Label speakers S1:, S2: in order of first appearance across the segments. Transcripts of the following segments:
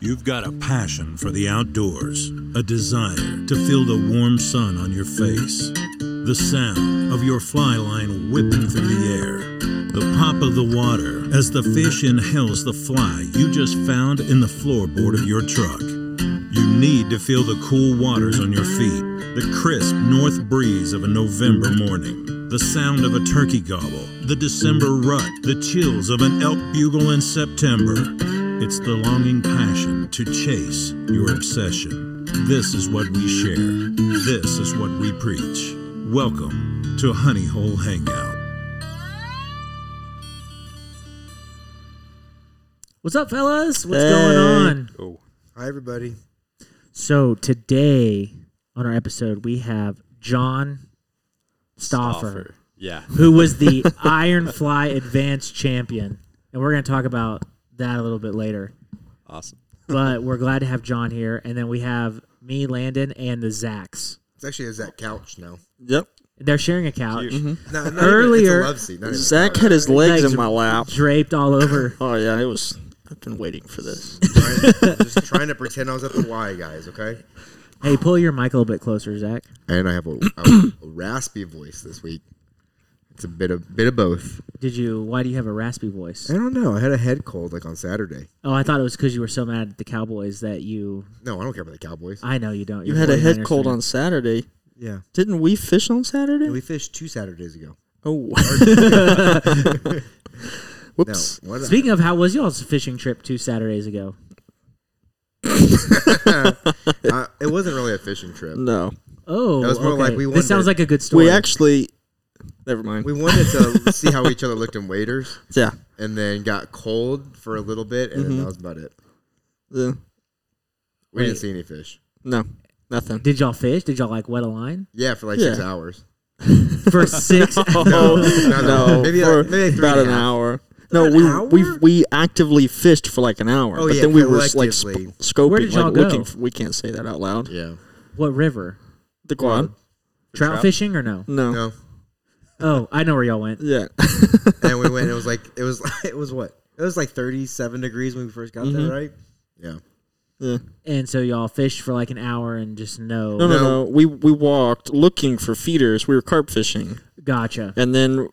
S1: You've got a passion for the outdoors, a desire to feel the warm sun on your face, the sound of your fly line whipping through the air, the pop of the water as the fish inhales the fly you just found in the floorboard of your truck. You need to feel the cool waters on your feet, the crisp north breeze of a November morning, the sound of a turkey gobble, the December rut, the chills of an elk bugle in September. It's the longing passion to chase your obsession. This is what we share. This is what we preach. Welcome to Honey Hole Hangout.
S2: What's up, fellas? What's going on?
S3: Hi, everybody.
S2: So today on our episode, we have John Stoffer,
S4: Yeah.
S2: who was the Iron Fly Advanced Champion, and we're going to talk about that a little bit later.
S4: Awesome.
S2: But we're glad to have John here, and then we have me, Landon, and the Zacks.
S3: It's actually a Zach couch now.
S5: Yep.
S2: They're sharing a couch,
S4: Mm-hmm.
S3: No, not even,
S2: Earlier-
S3: it's a love seat. Not even a
S5: Zach
S3: couch.
S5: had his legs
S2: Legs
S5: in my lap.
S2: draped all over.
S5: Oh yeah, it was. I've been waiting for this.
S3: Trying- just trying to pretend I was at the Y, guys. Okay.
S2: Hey, pull your mic a little bit closer, Zach.
S3: And I have a, a raspy voice this week. It's a bit of bit of both.
S2: Did you? Why do you have a raspy voice?
S3: I don't know. I had a head cold like on Saturday.
S2: Oh, I thought it was because you were so mad at the Cowboys that you.
S3: No, I don't care about the Cowboys.
S2: I know you don't.
S5: You
S2: You're
S5: had a head
S2: 49ers
S5: cold
S2: fan.
S5: on Saturday.
S3: yeah.
S5: Didn't we fish on Saturday?
S3: We fished two Saturdays ago.
S5: oh,
S3: No.
S5: whoops.
S3: What a-
S2: Speaking of, how was y'all's fishing trip two Saturdays ago?
S3: uh, it wasn't really a fishing trip.
S5: No,
S2: Oh,
S3: That was more
S2: okay.
S3: like we
S2: This sounds
S3: wondered.
S2: like a good story.
S5: we actually. Never mind.
S3: We wanted to see how each other looked in waders,
S5: yeah.
S3: and then got cold for a little bit, and then that was about it.
S5: Yeah.
S3: We
S2: Wait.
S3: didn't see any fish.
S5: Uh, no. Nothing.
S2: Did y'all fish? Did y'all like wet a line
S3: Yeah, for like six
S5: Yeah.
S3: hours.
S2: for six?
S3: No, no, no.
S5: No.
S3: Maybe,
S5: for
S3: like, maybe like three
S5: about
S3: and a
S5: an
S3: half.
S5: hour. No,
S3: An
S5: we
S3: hour?
S5: we we actively fished for like an hour,
S3: Oh,
S5: but
S3: yeah,
S5: then we were like
S3: collectively.
S5: sp- scoping,
S2: Where did y'all
S5: like
S2: go?
S5: looking. For, we can't say that out loud.
S3: Yeah.
S2: what river?
S5: The quad.
S2: Trout,
S4: trout?
S2: fishing or no?
S5: No.
S3: No.
S2: Oh, I know where y'all went.
S5: Yeah.
S3: And we went. It was like it was. It was what? It was like 37 degrees when we first got
S5: Mm-hmm.
S3: there, right? Yeah.
S5: yeah.
S2: And so y'all fished for like an hour and just no.
S5: No, no,
S3: No.
S5: no. We we walked looking for feeders. We were carp fishing,
S2: Gotcha.
S5: and then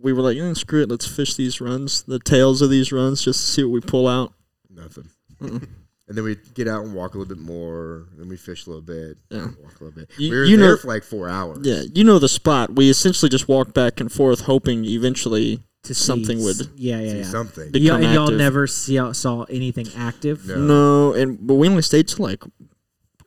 S5: we were like, eh, "Screw it, let's fish these runs, the tails of these runs, just to see what we pull out."
S3: Nothing. and then we get out and walk a little bit more. Then we fish a little bit.
S5: Yeah.
S3: Walk a little bit.
S5: You-
S3: we were
S5: you
S3: there
S5: know-
S3: for like four hours.
S5: Yeah, you know the spot. We essentially just walked back and forth, hoping eventually
S2: To see
S5: something
S2: s-
S5: would.
S2: Yeah, yeah,
S3: See
S2: yeah.
S3: Something.
S5: Big-
S2: Y'all,
S5: become
S2: and y'all
S5: active.
S2: never see, uh, saw anything active.
S3: No.
S5: No, and but we only stayed till like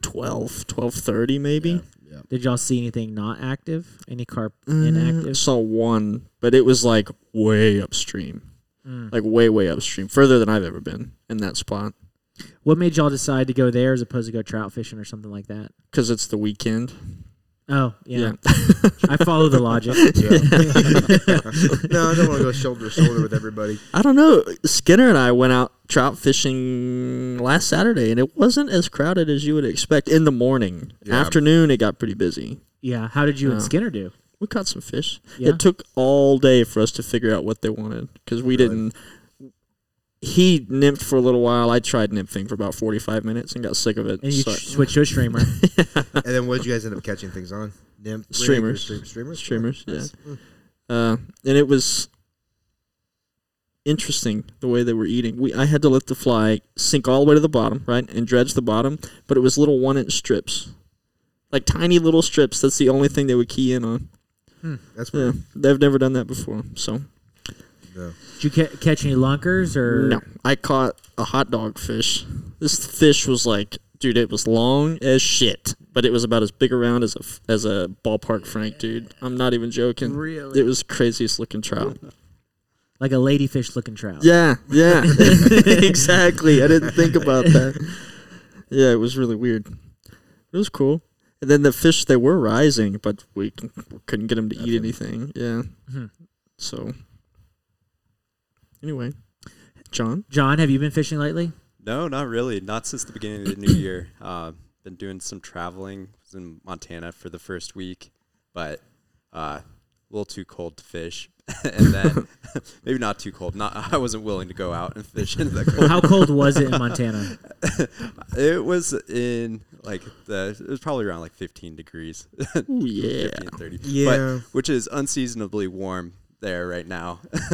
S5: 12, 12.30 maybe.
S3: Yeah.
S2: Did y'all see anything not active? Any carp
S5: I
S2: inactive?
S5: Mm-hmm. saw one, but it was like way upstream,
S2: Mm.
S5: like way way upstream, further than I've ever been in that spot
S2: What made y'all decide to go there as opposed to go trout fishing or something like that?
S5: because it's the weekend.
S2: Oh, yeah. I follow the logic.
S3: no, I don't want to go shoulder to shoulder with everybody.
S5: I don't know. Skinner and I went out trout fishing last Saturday, and it wasn't as crowded as you would expect in the morning.
S3: Yeah.
S5: Afternoon, it got pretty busy.
S2: Yeah. How did you and
S5: Yeah.
S2: Skinner do?
S5: We caught some fish.
S2: Yeah.
S5: It took all day for us to figure out what they wanted because we didn't. He nymphed for a little while. I tried nymphing for about 45 minutes and got sick of it.
S2: And you
S5: So-
S2: tr- switched to a streamer.
S3: And then what did you guys end up catching things on? Nymph,
S5: Streamers.
S3: Stream, streamers. hmm,
S5: streamers, yeah. Uh, and it was interesting the way they were eating. We I had to let the fly sink all the way to the bottom, right, and dredge the bottom, but it was little one inch strips, like tiny little strips. That's the only thing they would key in on.
S3: That's
S5: Yeah,
S3: weird.
S5: they've never done that before. So
S3: No.
S2: Did you ca- catch any lunkers or
S5: no, I caught a hot dog fish. This fish was like, dude, it was long as shit, but it was about as big around as a f- as a ballpark frank, dude. I'm not even joking.
S2: Really?
S5: it was craziest looking trout.
S2: like a ladyfish looking trout?
S5: Yeah, yeah, exactly. I didn't think about that. Yeah, it was really weird. It was cool. And then the fish, they were rising, but we c- couldn't get them to eat anything. Yeah.
S2: Mhm.
S5: So, anyway, John,
S2: John, have you been fishing lately?
S4: No, not really. Not since the beginning of the new year. Uh, been doing some traveling. Was in Montana for the first week, but uh, a little too cold to fish, and then maybe not too cold. Not I wasn't willing to go out and fish in the cold.
S2: How cold was it in Montana?
S4: It was in like the it was probably around like 15 degrees,
S5: Ooh, yeah.
S4: 15, 30,
S3: Yeah.
S4: but, which is unseasonably warm there right now.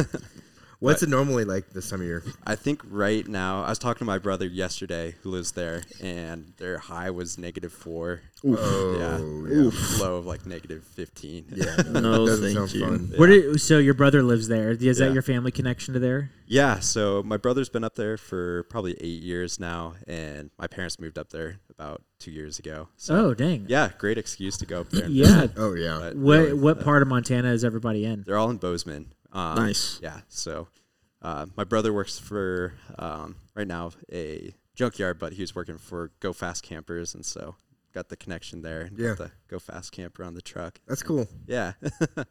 S3: What's it normally like this time of year?
S4: I think right now I was talking to my brother yesterday who lives there, and their high was negative four.
S3: Oh,
S4: yeah, low of like negative 15.
S3: Yeah, no,
S5: No,
S3: doesn't
S5: thank
S3: sound
S5: you.
S3: fun.
S2: Where did, so your brother lives there. Is
S4: Yeah.
S2: that your family connection to there?
S4: Yeah, so my brother's been up there for probably eight years now, and my parents moved up there about two years ago. So
S2: Oh, dang.
S4: yeah, great excuse to go up there. and
S2: Yeah.
S3: Oh yeah,
S4: But-
S2: What what part of Montana is everybody in?
S4: They're all in Bozeman. Um,
S5: Nice.
S4: Yeah. So, uh, my brother works for um, right now a junkyard, but he was working for Go Fast Campers, and so got the connection there. and got
S3: Yeah.
S4: The Go Fast Camper on the truck.
S3: that's cool.
S4: Yeah.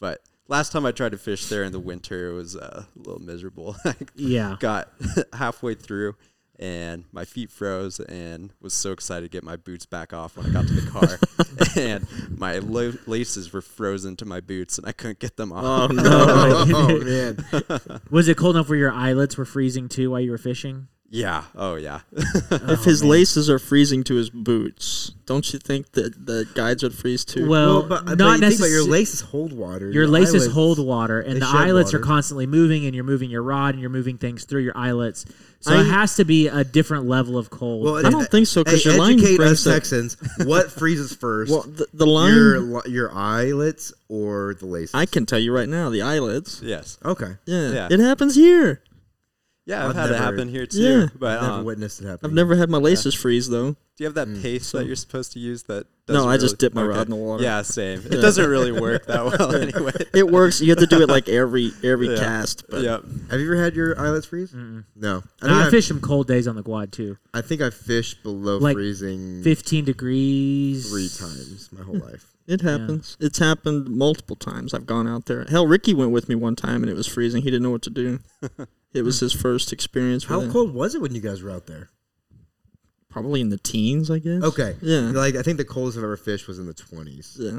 S4: but last time I tried to fish there in the winter, it was uh, a little miserable. I
S2: Yeah.
S4: got halfway through. And my feet froze, and was so excited to get my boots back off when I got to the car, and my lo- laces were frozen to my boots, and I couldn't get them off.
S5: Oh no.
S3: Oh, man,
S2: Was it cold enough where your eyelids were freezing too while you were fishing?
S4: Yeah. Oh, yeah.
S5: if his laces are freezing to his boots, don't you think that the guides would freeze too?
S2: Well,
S3: well, but,
S2: not
S3: not but you think about your
S2: necessar-
S3: laces hold water.
S2: Your laces
S3: eyelids-
S2: hold water,
S3: they
S2: and the
S3: shed
S2: eyelets are
S3: water.
S2: constantly moving, and you're moving your rod, and you're moving things through your eyelets. So it
S5: I-
S2: has to be a different level of cold.
S5: I don't think so, 'cause
S3: hey,
S5: your line
S3: e- educate us
S5: breaks up.
S3: Texans. What freezes first?
S5: well, the, the line.
S3: your li- your eyelets or the laces?
S5: I can tell you right now, the eyelids.
S4: yes.
S3: Okay,
S5: Yeah,
S4: Yeah.
S5: it happens here.
S4: Yeah, I've,
S3: I've
S4: had it
S3: never-
S4: happen here too.
S5: Yeah.
S4: But
S3: never
S4: um, do
S3: witnessed it happen.
S5: Uh, I've never had my laces freeze though.
S4: you have that pace that you're supposed to use? That
S5: Mm. No,
S4: doesn't
S5: I just
S4: really-
S5: dip my rod in the water.
S4: Yeah, same. It doesn't really work that well anyway.
S5: It works. You have to do it like every every cast, but
S4: Yep.
S3: Have you ever had your eyelids freeze? No. I,
S2: And
S3: mean,
S2: I
S3: I,
S2: fished some cold days on the quad too.
S3: I think I've fished below
S2: Like,
S3: freezing
S2: 15 degrees.
S3: Mm. three times my whole life.
S5: it happens. It's happened multiple times. I've gone out there. Hell, Ricky went with me one time and it was freezing. He didn't know what to do. it was his first experience.
S3: How
S5: with it.
S3: cold was it when you guys were out there?
S5: Probably in the teens, I guess.
S3: Okay.
S5: Yeah.
S3: Like I think the coldest I've ever fished was in the twenties.
S5: Yeah.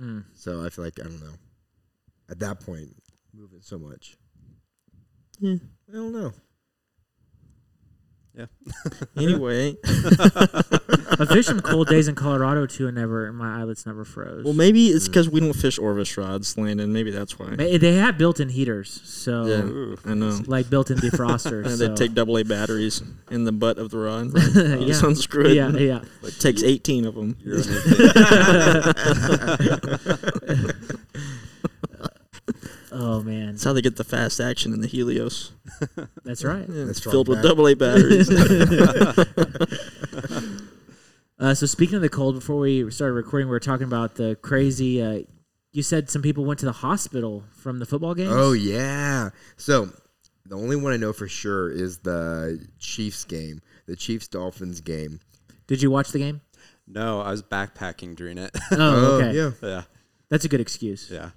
S2: Mm.
S3: So I feel like I don't know. At that point, moving so much.
S5: Yeah.
S3: I don't know.
S5: Anyway,
S2: I fished some cold days in Colorado too, and never my eyelids never froze.
S5: well, maybe it's because we don't fish Orvis rods, Landon. Maybe that's why.
S2: Ma- they have built-in heaters, so
S5: Yeah, I know.
S2: like built-in defrosters.
S5: And
S2: so.
S5: they take double A batteries in the butt of the rod. Just
S2: yeah.
S5: unscrew it.
S2: yeah, yeah.
S5: It takes 18 of them.
S4: You're on it.
S2: Oh man,
S5: That's how they get the fast action in the Helios.
S2: that's right.
S5: Yeah, it's
S3: strong
S5: filled with
S3: back.
S5: double A batteries.
S2: Uh, so speaking of the cold, before we started recording, we were talking about the crazy. Uh, you said some people went to the hospital from the football games.
S3: Oh yeah. So the only one I know for sure is the Chiefs game, the Chiefs Dolphins game.
S2: did you watch the game?
S4: no, I was backpacking during it.
S2: Oh, okay.
S3: yeah.
S4: yeah.
S2: That's a good excuse.
S4: Yeah.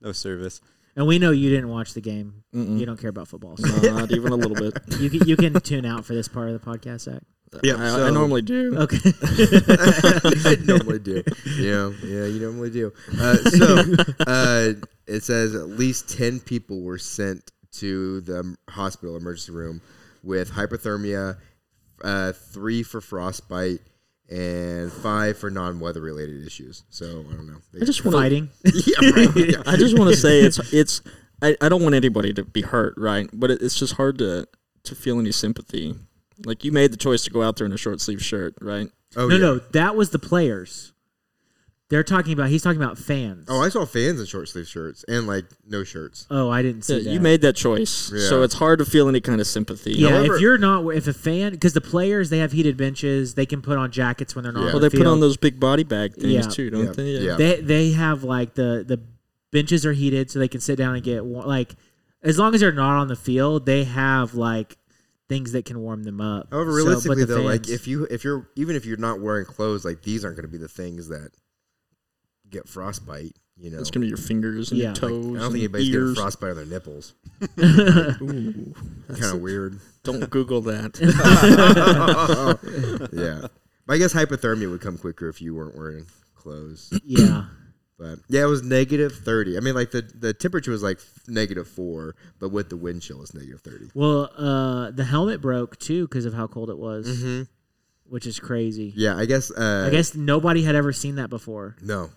S4: No service.
S2: And we know you didn't watch the game. You don't care about football, so
S5: Uh, Not even a little bit.
S2: you can, you can tune out for this part of the podcast, Zach.
S3: Yeah.
S5: I,
S3: so-
S5: I normally do.
S2: Okay.
S3: I normally do. Yeah, yeah, you normally do. Uh, so uh, it says at least ten people were sent to the hospital emergency room with hypothermia, uh, three for frostbite, and five for non-weather related issues. So I don't know.
S5: I just want to.
S2: Fighting.
S3: yeah, right, yeah.
S5: I just want to say it's it's. I, I don't want anybody to be hurt, right? But it, it's just hard to to feel any sympathy. Like you made the choice to go out there in a short sleeve shirt, right?
S3: Oh
S2: no,
S3: yeah.
S2: no, that was the players. They're talking about. He's talking about fans.
S3: Oh, I saw fans in short sleeve shirts and like no shirts.
S2: Oh, I didn't see
S5: Yeah,
S2: that.
S5: You made that choice, so
S3: Yeah.
S5: it's hard to feel any kind of sympathy.
S2: Yeah,
S3: However-
S2: if you're not, if a fan, because the players they have heated benches, they can put on jackets when they're not.
S3: Yeah.
S2: on
S5: Well,
S2: the
S5: they put on
S2: field.
S5: those big body bag things
S2: Yeah.
S5: too, don't
S3: Yeah.
S5: they?
S3: Yeah.
S2: They they have like the the benches are heated so they can sit down and get war- like as long as they're not on the field, they have like things that can warm them up.
S3: However,
S2: So, but
S3: realistically
S2: the
S3: though, like
S2: fans-
S3: if you if you're even if you're not wearing clothes, like these aren't going to be the things that get frostbite. You know,
S5: It's gonna be your fingers and
S2: Yeah.
S5: your
S2: Like, I
S5: toes.
S3: I don't
S5: and
S3: think
S5: your
S3: anybody's
S5: ears.
S3: getting frostbite on their nipples.
S5: Ooh,
S3: Kind of weird.
S5: don't Google that.
S3: yeah, but I guess hypothermia would come quicker if you weren't wearing clothes.
S2: yeah,
S3: But yeah, it was negative thirty. I mean, like the, the temperature was like f- negative four, but with the wind chill, it's negative thirty.
S2: Well, uh, the helmet broke too because of how cold it was, which is crazy.
S3: Mm-hmm. Yeah, I guess. Uh,
S2: I guess nobody had ever seen that before.
S3: no.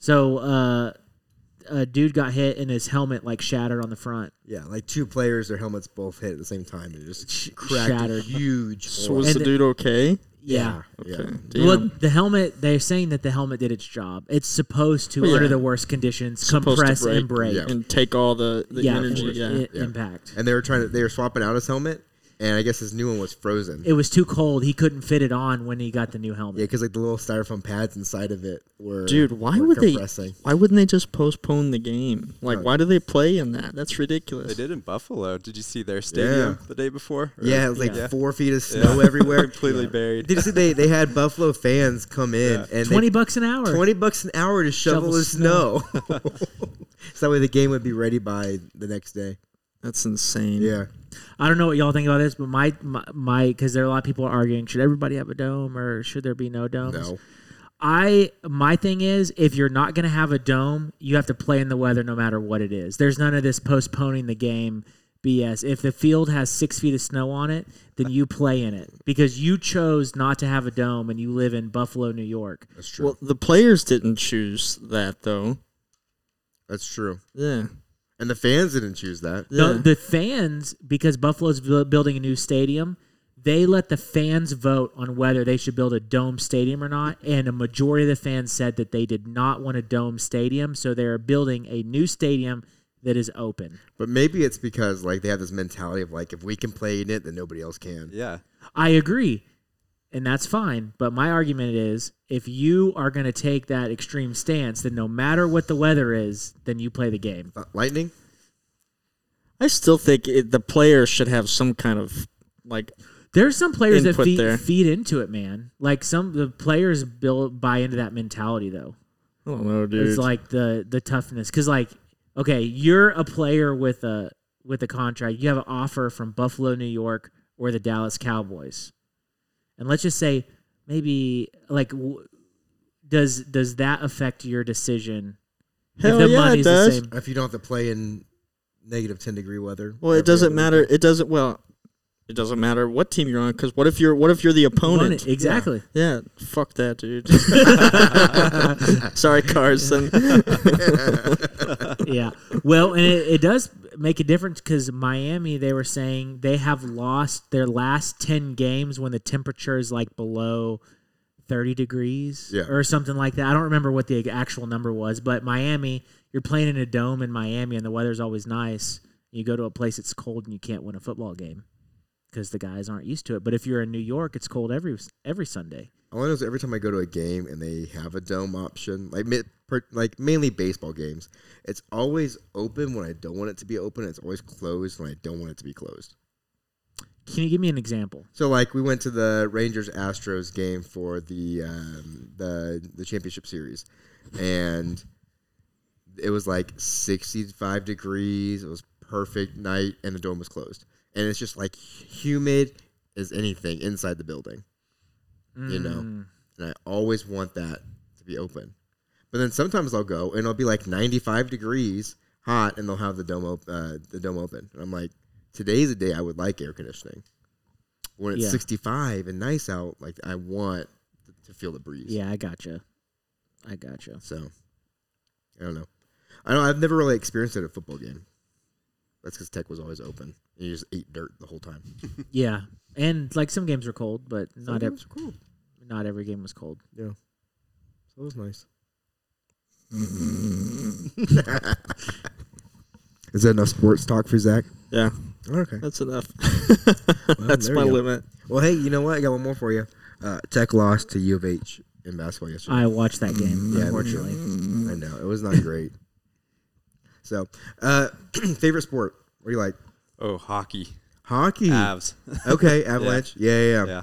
S2: So uh, a dude got hit and his helmet like shattered on the front.
S3: Yeah, like two players, their helmets both hit at the same time. It just cracked
S2: shattered.
S3: a huge.
S5: So
S3: hole.
S5: was
S2: And
S5: the
S2: the-
S5: dude okay?
S2: Yeah.
S3: yeah.
S5: Okay.
S2: Well,
S5: Damn.
S2: the helmet, they're saying that the helmet did its job. It's supposed to,
S5: Yeah.
S2: under the worst conditions,
S5: Supposed to
S2: compress
S5: break.
S2: and break.
S3: Yeah.
S5: and take all the, the
S2: Yeah,
S5: energy.
S2: it-
S5: Yeah.
S2: it-
S3: Yeah.
S2: impact.
S3: And they were trying to they were swapping out his helmet, and I guess his new one was frozen.
S2: It was too cold. He couldn't fit it on when he got the new
S3: yeah,
S2: helmet.
S3: because like the little styrofoam pads inside of it were.
S5: Dude, why
S3: were
S5: would they?
S3: compressing.
S5: Why wouldn't they just postpone the game? Like,
S3: Right.
S5: why do they play in that? That's ridiculous.
S4: They did in Buffalo. Did you see their stadium the day before? Or-
S3: Yeah, it was like
S4: Yeah.
S3: four feet of snow everywhere.
S4: completely buried.
S3: Did you see they, they had Buffalo fans come in and they-
S2: Twenty bucks an hour.
S3: twenty bucks an hour to shovel
S2: Shovel
S3: the snow. so that way the game would be ready by the next day.
S5: That's insane.
S3: Yeah,
S2: I don't know what y'all think about this, but my my because there are a lot of people arguing: should everybody have a dome or should there be no domes?
S3: no.
S2: I my thing is if you're not going to have a dome, you have to play in the weather no matter what it is. There's none of this postponing the game BS. If the field has six feet of snow on it, then you play in it because you chose not to have a dome and you live in Buffalo, New York.
S3: That's true.
S5: Well, the players didn't choose that though.
S3: That's true.
S5: Yeah.
S3: And the fans didn't choose that.
S5: Yeah.
S2: The, the fans, because Buffalo's bu- building a new stadium, they let the fans vote on whether they should build a dome stadium or not. And a majority of the fans said that they did not want a dome stadium. So they're building a new stadium that is open.
S3: But maybe it's because like they have this mentality of like if we can play in it, then nobody else can.
S4: Yeah.
S2: I agree. And that's fine. But my argument is if you are going to take that extreme stance, then no matter what the weather is, then you play the game.
S3: Uh, lightning.
S5: I still think it, the players should have some kind of like
S2: There's some players that
S5: Input
S2: feed,
S5: there.
S2: feed into it, man. Like some the players build buy into that mentality though.
S5: I don't know, dude.
S2: It's like the the toughness because like okay, you're a player with a with a contract. You have an offer from Buffalo, New York, or the Dallas Cowboys, and let's just say maybe like w- does does that affect your decision?
S5: Hell yeah, it does.
S3: If you don't have to play in negative ten degree weather.
S5: well,
S3: every
S5: it doesn't
S3: other
S5: matter. It doesn't. Well, it doesn't matter what team you're on because what if you're what if you're the opponent?
S2: Opponent, exactly.
S5: Yeah, fuck that, dude. Sorry, Carson.
S2: yeah. Well, and it, it does make a difference because Miami, they were saying they have lost their last 10 games when the temperature is like below 30 degrees
S3: Yeah.
S2: or something like that. I don't remember what the actual number was, but Miami, you're playing in a dome in Miami and the weather's always nice. You go to a place that's cold and you can't win a football game because the guys aren't used to it. But if you're in New York, it's cold every every Sunday.
S3: All I know is every time I go to a game and they have a dome option, like mi- per, like mainly baseball games, it's always open when I don't want it to be open. It's always closed when I don't want it to be closed.
S2: Can you give me an example?
S3: So like we went to the Rangers Astros game for the um, the the championship series, and it was like 65 degrees. It was perfect night, and the dome was closed, and it's just like humid as anything inside the building, you
S2: Mm.
S3: know. And I always want that to be open, but then sometimes I'll go and it'll be like 95 degrees hot, and they'll have the dome op- uh, the dome open, and I'm like, today's a day I would like air conditioning when it's
S2: Yeah.
S3: 65 and nice out, like I want to feel the breeze.
S2: Yeah, I gotcha. I gotcha.
S3: So I don't know. I don't. I've never really experienced it at a football game. That's because Tech was always open. And you just ate dirt the whole time.
S2: Yeah, and like some games were cold, but not every
S3: was cool.
S2: not every game was cold.
S3: Yeah. So it was nice. Is that enough sports talk for Zach?
S5: yeah,
S3: Okay.
S5: that's enough.
S3: Well,
S5: that's
S3: there
S5: my
S3: you go.
S5: limit.
S3: Well, hey, you know what? I got one more for you. Uh, Tech lost to U of H in basketball yesterday.
S2: I watched that game,
S3: Mm, Yeah, me too.
S2: unfortunately.
S3: I know it was not great. So, uh, favorite sport? What do you like?
S4: Oh, hockey.
S5: Hmm.
S3: Hockey.
S4: Avs.
S3: Okay, Avalanche. Yeah, yeah. yeah.
S4: Uh,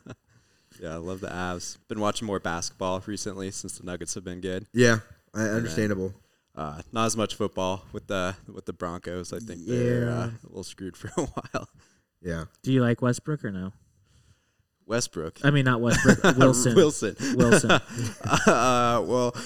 S4: yeah. yeah, I love the Avs. Been watching more basketball recently since the Nuggets have been good.
S3: Yeah, I, understandable.
S4: Uh, not as much football with the with the Broncos. I think they're uh,
S3: Yeah.
S4: a little screwed for a while.
S3: Yeah.
S2: Do you like Westbrook or no?
S4: Westbrook.
S2: I mean, not Westbrook. Wilson.
S4: Wilson.
S2: Wilson.
S4: uh, well,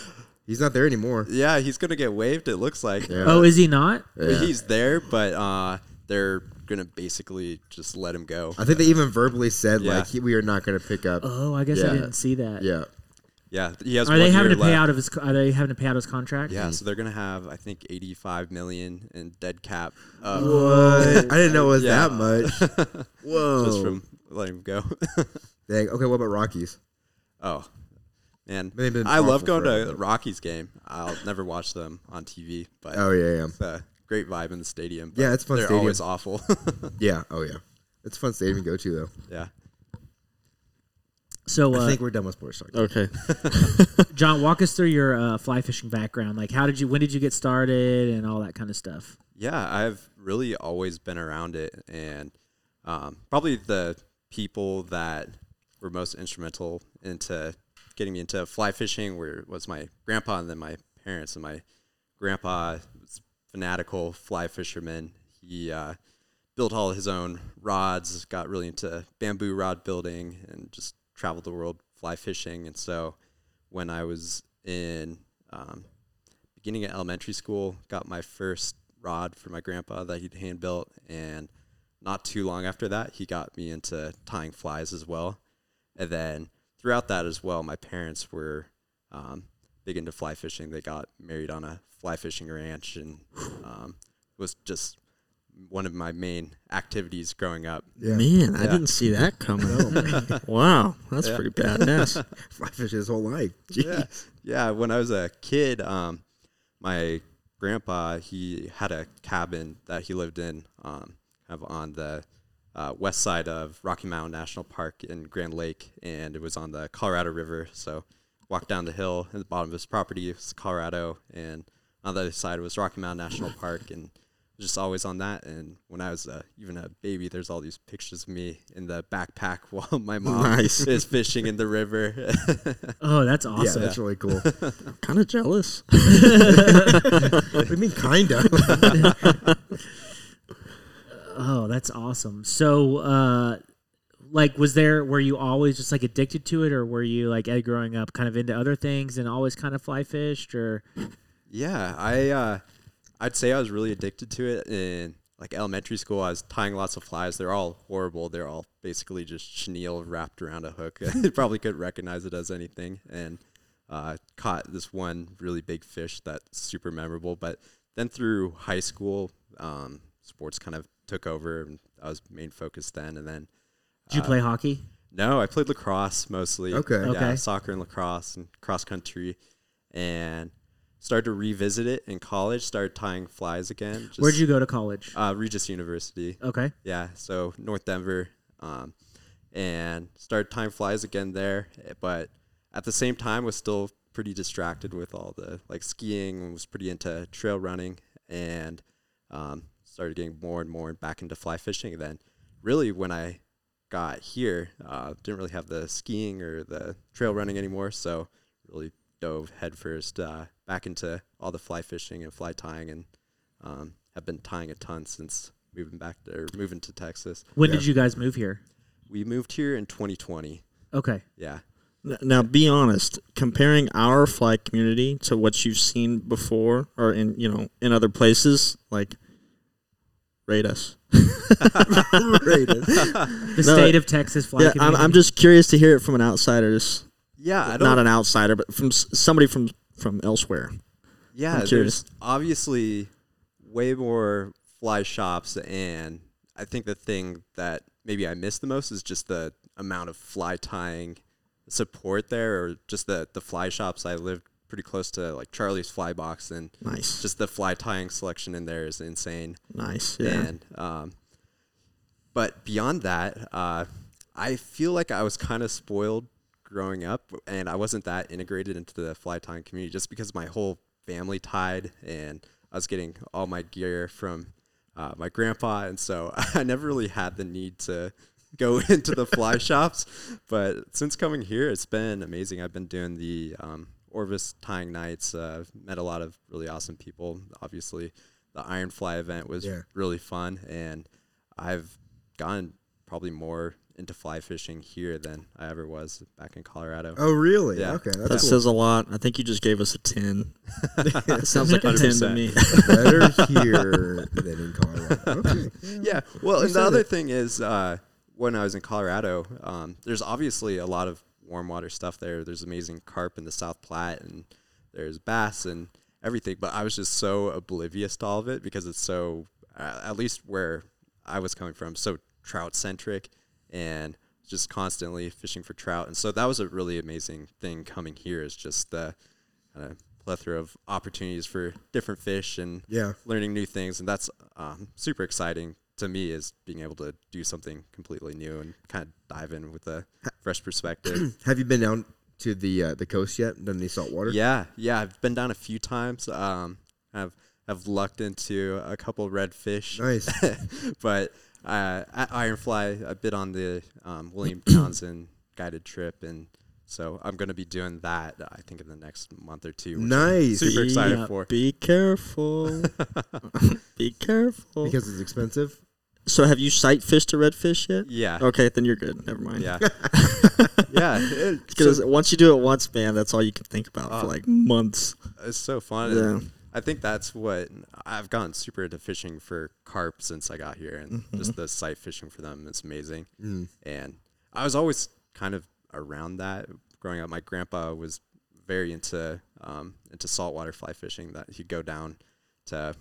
S3: He's not there anymore.
S4: Yeah, he's gonna get waived. It looks like
S3: Yeah.
S2: Oh, is he not?
S3: Yeah.
S4: he's there, but uh, they're gonna basically just let him go.
S3: I think they even verbally said
S4: Yeah.
S3: like he, we are not going to pick up.
S2: Oh, I guess I
S3: Yeah.
S2: didn't see that.
S3: yeah,
S4: Yeah, he has.
S2: Are they
S4: one
S2: having
S4: year
S2: to pay
S4: left.
S2: out of his? Are they having to pay out his contract?
S4: Yeah, so they're gonna have I think 85 million in dead cap uh,
S3: what? I didn't know it was
S4: Yeah.
S3: that much. Whoa.
S4: just from letting him go.
S3: Dang. Okay, what about Rockies?
S4: oh man,
S3: They've been
S4: I love
S3: awful
S4: going to
S3: forever.
S4: Rockies game. I'll never watch them on TV, but
S3: Oh yeah, yeah,
S4: it's a great vibe in the stadium. but
S3: Yeah, it's a fun
S4: They're
S3: stadium.
S4: always awful.
S3: yeah. Oh yeah, it's a fun stadium to go to though.
S4: yeah,
S2: So,
S3: I
S2: uh,
S3: think we're done with sports talk.
S5: Okay.
S2: John, walk us through your uh, fly fishing background. Like, how did you? When did you get started, and all that kind of stuff.
S4: yeah. I've really always been around it, and um, probably the people that were most instrumental into getting me into fly fishing were was my grandpa and then my parents and my grandpa was fanatical fly fisherman he uh, built all his own rods got really into bamboo rod building and just traveled the world fly fishing and so when i was in um, beginning at elementary school got my first rod for my grandpa that he'd hand built and not too long after that, he got me into tying flies as well. And then throughout that as well, my parents were um, big into fly fishing. They got married on a fly fishing ranch and um, was just one of my main activities growing up.
S3: Yeah,
S5: Man, I
S4: Yeah.
S5: didn't see that coming. wow, that's pretty badass.
S3: fly fish his whole life. Jeez.
S4: Yeah. Yeah, when I was a kid, um, my grandpa he had a cabin that he lived in, um, kind of on the uh, west side of Rocky Mountain National Park in Grand Lake, and it was on the Colorado River. So walked down the hill at the bottom of his property was Colorado, and on the other side was Rocky Mountain National Park, and just always on that. And when I was uh, even a baby, there's all these pictures of me in the backpack while my mom
S5: Nice.
S4: is fishing in the river.
S2: Oh, that's
S3: Yeah,
S2: awesome.
S3: that's really cool. what
S5: Kind of jealous.
S3: do you mean, kinda?
S2: Oh, that's awesome. So, uh, like, was there? Were you always just like addicted to it, or were you like eh, growing up kind of into other things and always kind of fly fished? Or
S4: Yeah, I uh, I'd say I was really addicted to it in like elementary school. I was tying lots of flies. They're all horrible. They're all basically just chenille wrapped around a hook. I probably couldn't recognize it as anything. And uh, caught this one really big fish that's super memorable. But then through high school, um, sports kind of took over. And I was main focus then, and then
S2: did you
S5: Uh,
S2: play hockey?
S4: no, I played lacrosse mostly.
S3: Okay.
S4: Yeah,
S2: Okay.
S4: soccer and lacrosse and cross country, and started to revisit it in college. Started tying flies again. Just,
S2: Where'd you go to college?
S4: Uh, Regis University.
S2: okay.
S4: Yeah, so North Denver, um, and started tying flies again there. eh, But at the same time, was still pretty distracted with all the like skiing. and Was pretty into trail running and um, started getting more and more back into fly fishing. And then, really, when I got here, uh, didn't really have the skiing or the trail running anymore. So really dove headfirst uh, back into all the fly fishing and fly tying, and um, have been tying a ton since moving back there, moving to Texas.
S2: When did you guys move here?
S4: We moved here in 2020.
S2: Okay.
S4: Yeah.
S5: N- Now, be honest. Comparing our fly community to what you've seen before, or in you know, in other places, like rate us.
S3: Greatest.
S2: The state of Texas fly.
S5: yeah, I'm, I'm
S2: community?
S5: just curious to hear it from an outsider. Just
S4: Yeah, I don't
S5: not an outsider, but from s- somebody from from elsewhere.
S4: Yeah,
S5: curious.
S4: there's obviously way more fly shops, and I think the thing that maybe I miss the most is just the amount of fly tying support there, or just the the fly shops. I lived pretty close to like Charlie's Fly Box, and
S5: Nice,
S4: just the fly tying selection in there is insane.
S5: nice. Yeah,
S4: And um, but beyond that, uh, I feel like I was kind of spoiled growing up, and I wasn't that integrated into the fly tying community just because my whole family tied, and I was getting all my gear from uh, my grandpa, and so I never really had the need to go into the fly shops. But since coming here, it's been amazing. I've been doing the um, Orvis tying nights. Uh, I've met a lot of really awesome people. Obviously, the Iron Fly event was
S3: Yeah.
S4: really fun, and I've gotten probably more into fly fishing here than I ever was back in Colorado.
S3: Oh, really?
S4: Yeah.
S3: Okay,
S5: That
S3: that's cool.
S5: says a lot. I think you just gave us a ten. that sounds like a ten to
S4: 100%.
S5: me.
S3: better here than in Colorado. Okay.
S4: Yeah. Well, and the
S3: said
S4: other
S3: it.
S4: thing is, uh, when I was in Colorado, um, there's obviously a lot of warm water stuff there. There's amazing carp in the South Platte, and there's bass and everything. But I was just so oblivious to all of it because it's so, uh, at least where I was coming from, so trout centric and just constantly fishing for trout. And so that was a really amazing thing coming here is just the kind of plethora of opportunities for different fish and
S3: Yeah.
S4: learning new things, and that's um, super exciting to me. Is being able to do something completely new and kind of dive in with a fresh perspective.
S3: Have you been down to the uh, the coast yet? Done any salt water?
S4: yeah, yeah, I've been down a few times. Um, I've I've lucked into a couple redfish,
S3: Nice.
S4: but uh, at Ironfly, I bid on the um, William Townsend guided trip, and so I'm going to be doing that. I think in the next month or two. which I'm
S3: Nice.
S4: Super excited
S5: Yeah,
S4: for.
S5: Be careful. be careful.
S3: Because it's expensive.
S5: so, have you sight fished a redfish yet?
S4: Yeah.
S5: Okay, then you're good. Never mind.
S4: Yeah. yeah. it-
S5: Because once you do it once, man, that's all you can think about for
S4: Oh.
S5: like months.
S4: It's so fun.
S5: Yeah.
S4: and I think that's what I've gotten super into fishing for carp since I got here, and just the sight fishing for them is amazing.
S3: Mm.
S4: And I was always kind of around that growing up. My grandpa was very into um, into saltwater fly fishing. That he'd go down to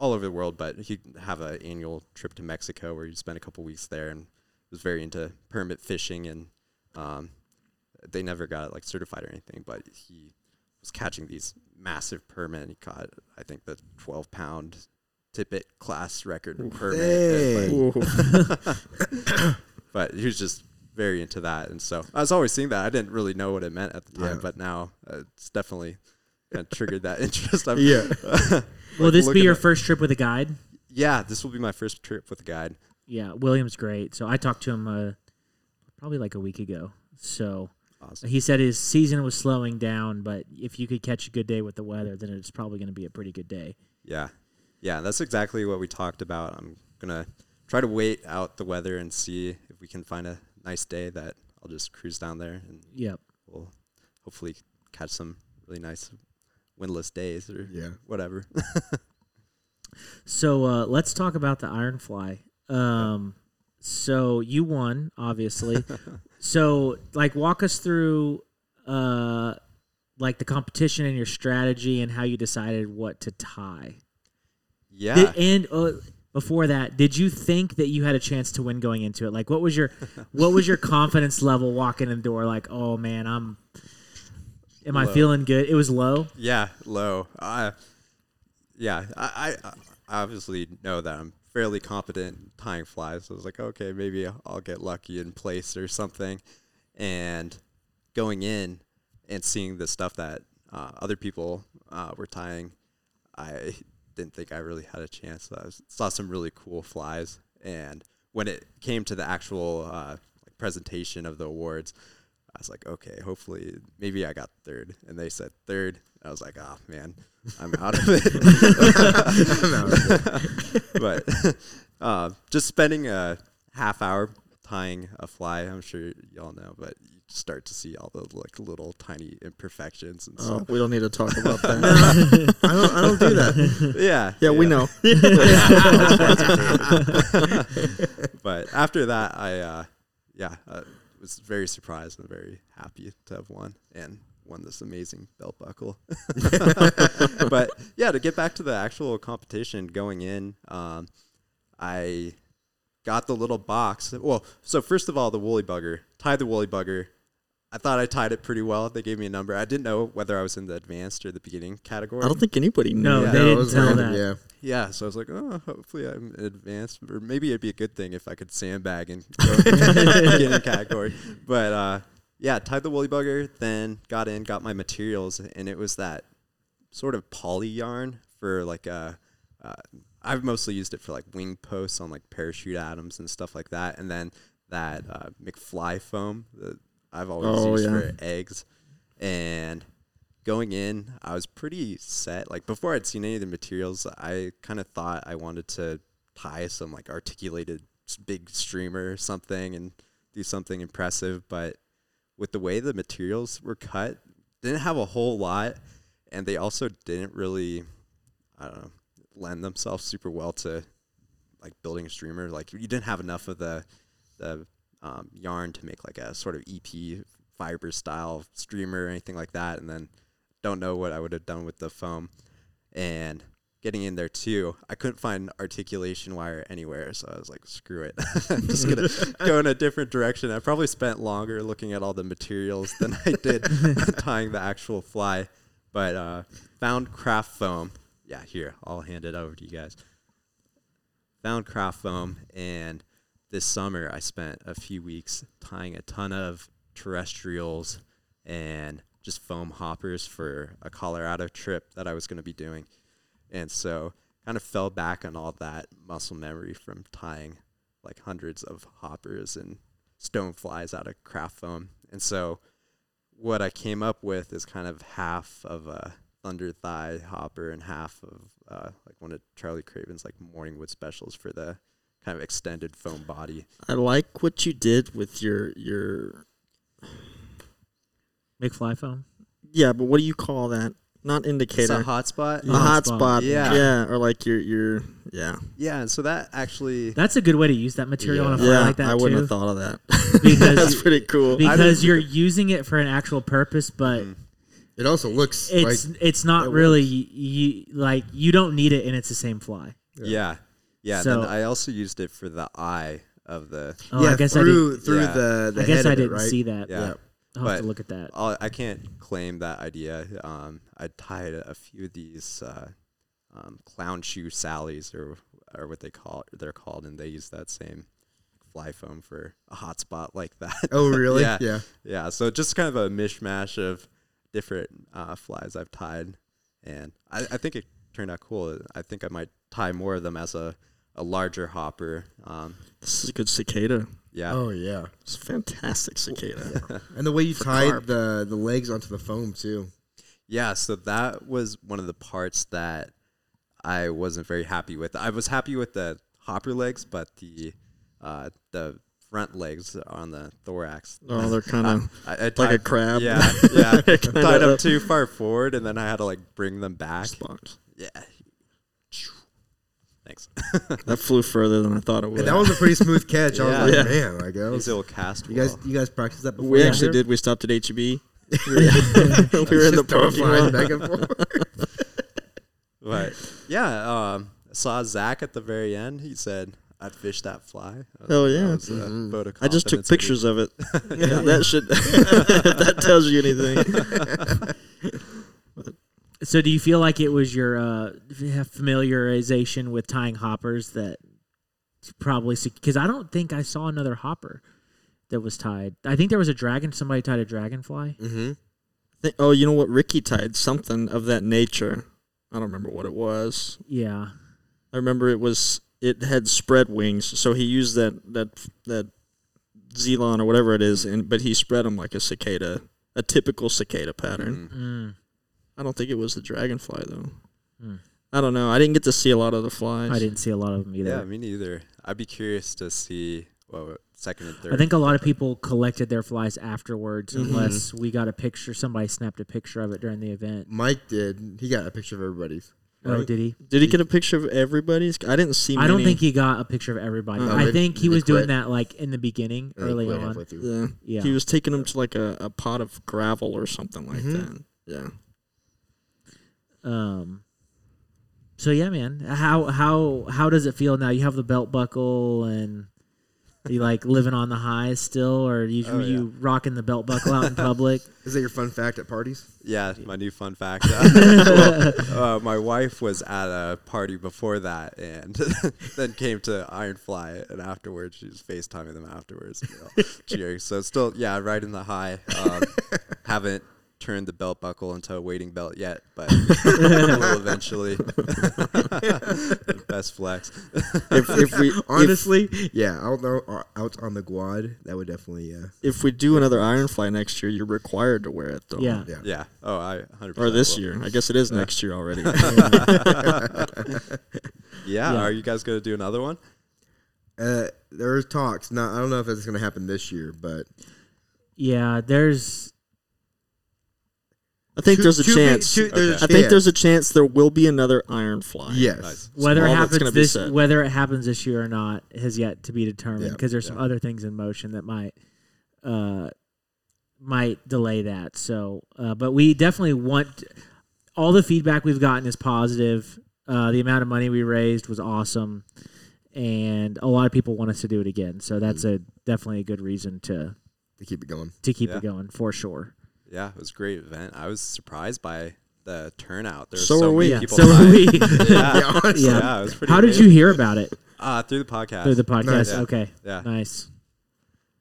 S4: all over the world, but he'd have an annual trip to Mexico where he'd spend a couple weeks there, and was very into permit fishing and um, they never got it like certified or anything, but he was catching these massive permit. He caught, I think, the 12 pound tippet class record permit. And,
S3: Dang.
S4: But, but he was just very into that. And so I was always seeing that. I didn't really know what it meant at the time,
S3: Yeah.
S4: but now uh, it's definitely kind of triggered that interest. I'm,
S3: Yeah.
S2: Will this
S4: look
S2: be
S4: at
S2: your
S4: that.
S2: first trip with a guide?
S4: yeah, this will be my first trip with a guide.
S2: Yeah, William's great. So I talked to him uh, probably like a week ago. So
S4: Awesome.
S2: he said his season was slowing down, but if you could catch a good day with the weather, then it's probably going to be a pretty good day.
S4: Yeah. Yeah, that's exactly what we talked about. I'm going to try to wait out the weather and see if we can find a nice day that I'll just cruise down there and
S2: Yep.
S4: we'll hopefully catch some really nice windless days or
S3: Yeah.
S4: whatever.
S2: So uh, let's talk about the Iron Fly. Um, so you won, obviously. so like, walk us through uh, like the competition and your strategy and how you decided what to tie.
S4: yeah.
S2: Did- and uh, before that, did you think that you had a chance to win going into it? Like, what was your what was your confidence level walking in the door? Like, oh man, I'm. Am I
S4: Low.
S2: feeling good? It was low.
S4: yeah, low. Uh, yeah, I, I I obviously know that I'm fairly competent in tying flies. So I was like, okay, maybe I'll get lucky in place or something. And going in and seeing the stuff that uh, other people uh, were tying, I didn't think I really had a chance. I was, saw some really cool flies, and when it came to the actual uh, like presentation of the awards, I was like, okay, hopefully, maybe I got third, and they said third. I was like, oh man, I'm out of it. but uh, just spending a half hour tying a fly, I'm sure y'all know, but you start to see all the like little tiny imperfections and
S5: Oh,
S4: stuff.
S5: we don't need to talk about that.
S3: I don't. I don't do that.
S4: yeah,
S5: yeah, we know.
S4: but after that, I uh, yeah uh, was very surprised and very happy to have won and won this amazing belt buckle. but yeah, to get back to the actual competition going in, um, I got the little box. Well, so first of all, the woolly bugger tied the woolly bugger. I thought I tied it pretty well. They gave me a number. I didn't know whether I was in the advanced or the beginning category.
S5: I don't think anybody knew.
S2: No,
S5: that.
S2: they
S3: No, it
S2: didn't
S3: was
S2: tell
S3: random,
S2: that.
S3: Yeah.
S4: Yeah, so I was like, oh, hopefully I'm advanced, or maybe it'd be a good thing if I could sandbag and go get in category. But uh, yeah, tied the woolly bugger, then got in, got my materials, and it was that sort of poly yarn for like uh Uh, I've mostly used it for like wing posts on like parachute atoms and stuff like that, and then that uh, McFly foam that I've always
S5: Oh,
S4: used
S5: yeah.
S4: for eggs. And going in, I was pretty set. Like before I'd seen any of the materials, I kind of thought I wanted to tie some like articulated s- big streamer or something and do something impressive. But with the way the materials were cut, didn't have a whole lot, and they also didn't really, I don't know, lend themselves super well to like building a streamer. Like you didn't have enough of the the um, yarn to make like a sort of EP fiber style streamer or anything like that. And then don't know what I would have done with the foam. And getting in there too, I couldn't find articulation wire anywhere. So I was like, screw it. I'm just going to go in a different direction. I probably spent longer looking at all the materials than I did tying the actual fly. But uh, found craft foam. Yeah, here, I'll hand it over to you guys found craft foam and this summer i spent a few weeks tying a ton of terrestrials and just foam hoppers for a colorado trip that i was going to be doing and so kind of fell back on all that muscle memory from tying like hundreds of hoppers and stone flies out of craft foam and so what i came up with is kind of half of a thunder thigh hopper and half of uh, like one of charlie craven's like morningwood specials for the kind of extended foam body
S5: I like what you did with your your
S2: McFly foam.
S5: yeah, but what do you call that? Not
S4: it's a
S5: indicator.
S4: hot spot Uh-huh.
S5: a hot
S2: Hotspot.
S5: spot.
S4: Yeah.
S5: Yeah. or like your your yeah.
S4: yeah and so that actually
S2: That's a good way to use that material on a fly
S5: yeah,
S2: like that
S5: I wouldn't
S2: too.
S5: have thought of that.
S2: Because
S5: That's
S2: you-
S5: pretty cool.
S2: because you're using it for an actual purpose,
S4: mm,
S2: but
S3: It also looks
S2: it's
S3: Mm. like
S2: it's not really you like you don't need it, and it's the same fly.
S4: yeah yeah,
S2: So-
S4: and then i also used it for the eye of the
S2: Oh,
S3: yeah
S2: I guess
S3: through through
S4: Yeah.
S3: the,
S2: I
S3: the
S2: didn't. I guess
S3: head
S2: I
S3: of it,
S2: didn't
S3: right?
S2: see that.
S4: yeah,
S2: I'll have
S4: But-
S2: to look at that.
S4: I'll, Oh, I can't claim that idea. Um, I tied a few of these uh, um, clown shoe sallies, or or what they call they're called, and they use that same fly foam for a hot spot like that.
S3: Oh really?
S4: Yeah.
S3: yeah.
S4: yeah, so just kind of a mishmash of different uh, flies I've tied, and I, I think it turned out cool. I think I might tie more of them as a, a larger hopper. Um,
S5: This is a good cicada.
S4: yeah,
S3: Oh yeah.
S5: It's a fantastic cicada.
S3: And the way you
S5: carp.
S3: tied the the legs onto the foam too.
S4: Yeah, so that was one of the parts that I wasn't very happy with. I was happy with the hopper legs, but the uh, the front legs on the thorax.
S5: Oh, they're kind of
S4: I,
S5: like
S4: I
S5: a
S4: tied-
S5: crab.
S4: Yeah, yeah.
S5: Kinda
S4: tied up
S5: up.
S4: too far forward, and then I had to like bring them back.
S5: Box.
S4: Yeah. Thanks.
S5: That flew further than I thought it would.
S3: And that was a pretty smooth catch. I was
S5: Yeah.
S3: like, man, like that was,
S4: These little cast.
S3: you guys
S4: well.
S3: you guys practiced that before?
S5: we
S2: Yeah.
S5: actually did. We stopped at HEB. We were, we were in the
S3: Just throwing
S5: parking lot.
S3: flies back and forth.
S4: But yeah, um, I saw Zach at the very end. He said, "I'd fish that fly."
S5: Hell yeah. Mm-hmm.
S4: That was a vote of
S5: I just took
S4: confidence in me.
S5: pictures of it. that should if that tells you anything.
S2: So, do you feel like it was your uh, familiarization with tying hoppers that probably because I don't think I saw another hopper that was tied. I think there was a dragon. Somebody tied a dragonfly.
S3: mm-hmm.
S5: Think- Oh, you know what? Ricky tied something of that nature. I don't remember what it was.
S2: Yeah,
S5: I remember it was it had spread wings, so he used that that that Zelon or whatever it is, and but he spread them like a cicada, a typical cicada pattern.
S4: Mm-hmm.
S2: mm,
S5: I don't think it was the dragonfly though.
S2: Hmm.
S5: I don't know. I didn't get to see a lot of the flies.
S2: I didn't see a lot of them
S4: Yeah,
S2: either.
S4: me neither. I'd be curious to see what second and third.
S2: I think a lot of people collected their flies afterwards,
S3: Mm-hmm.
S2: unless we got a picture. Somebody snapped a picture of it during the event.
S3: Mike did. He got a picture of everybody's.
S2: Oh, did he?
S5: Did he get a picture of everybody's? I didn't see.
S2: I don't
S5: many.
S2: think he got a picture of everybody.
S5: Uh,
S2: I
S3: Oh, they-
S2: think he
S3: they
S2: was doing
S3: quit.
S2: that like in the beginning,
S3: I think
S2: early
S3: quite
S2: on.
S3: uh, halfway through.
S5: Yeah.
S2: Yeah.
S5: He was taking him to like a, a pot of gravel or something like
S2: Mm-hmm.
S5: that. Yeah.
S2: Um. So yeah, man. How how how does it feel now? You have the belt buckle and are you like living on the highs still, or you,
S4: Oh,
S2: were you rocking the belt buckle out in public?
S3: Is that your fun fact at parties?
S4: yeah, my new fun fact. Well, uh, my wife was at a party before that, and then came to Ironfly, and afterwards she was FaceTiming them afterwards, you know, cheering. So still, yeah, right in the high. Um, haven't turned the belt buckle into a waiting belt yet, but will eventually. Best flex.
S5: If, if we if,
S3: Honestly, yeah, out there, uh, out on the quad, that would definitely uh, yeah.
S5: if we do another Ironfly next year, you're required to wear it though.
S2: yeah.
S3: Yeah.
S4: Yeah. Oh, I 100%.
S5: Or this
S4: will.
S5: year. I guess it is next year already.
S4: Yeah.
S2: Yeah.
S4: Are you guys going to do another one?
S3: Uh, there are talks. Now I don't know if it's going to happen this year, but
S2: Yeah, there's
S5: I think
S3: To-
S5: there's a
S3: to be-
S5: chance.
S3: to- there's a
S5: I think there's
S3: chance.
S5: a chance there will be another Iron Fly.
S3: yes.
S4: Oh, Nice.
S2: whether it
S5: all that's
S2: happens
S5: gonna be
S2: this
S5: said.
S2: whether it happens this year or not has yet to be determined
S3: Yeah,
S2: because there's some other things in motion that might uh might delay that. So, uh, but we definitely want all the feedback we've gotten is positive. Uh, the amount of money we raised was awesome, and a lot of people want us to do it again. So that's a definitely a good reason to
S3: To keep it going.
S2: to keep
S4: Yeah.
S2: it going for sure.
S4: Yeah, it was a great event. I was surprised by the turnout. There were
S5: So
S4: so,
S5: were we.
S4: many
S5: Yeah.
S4: people.
S2: So
S4: buying.
S2: we,
S4: yeah.
S3: Yeah, honestly.
S2: Yeah.
S4: Yeah, it was pretty
S2: how did
S4: amazing.
S2: you hear about it
S4: Uh, through the podcast.
S2: through the podcast?
S3: Nice.
S2: Okay,
S4: yeah,
S2: nice.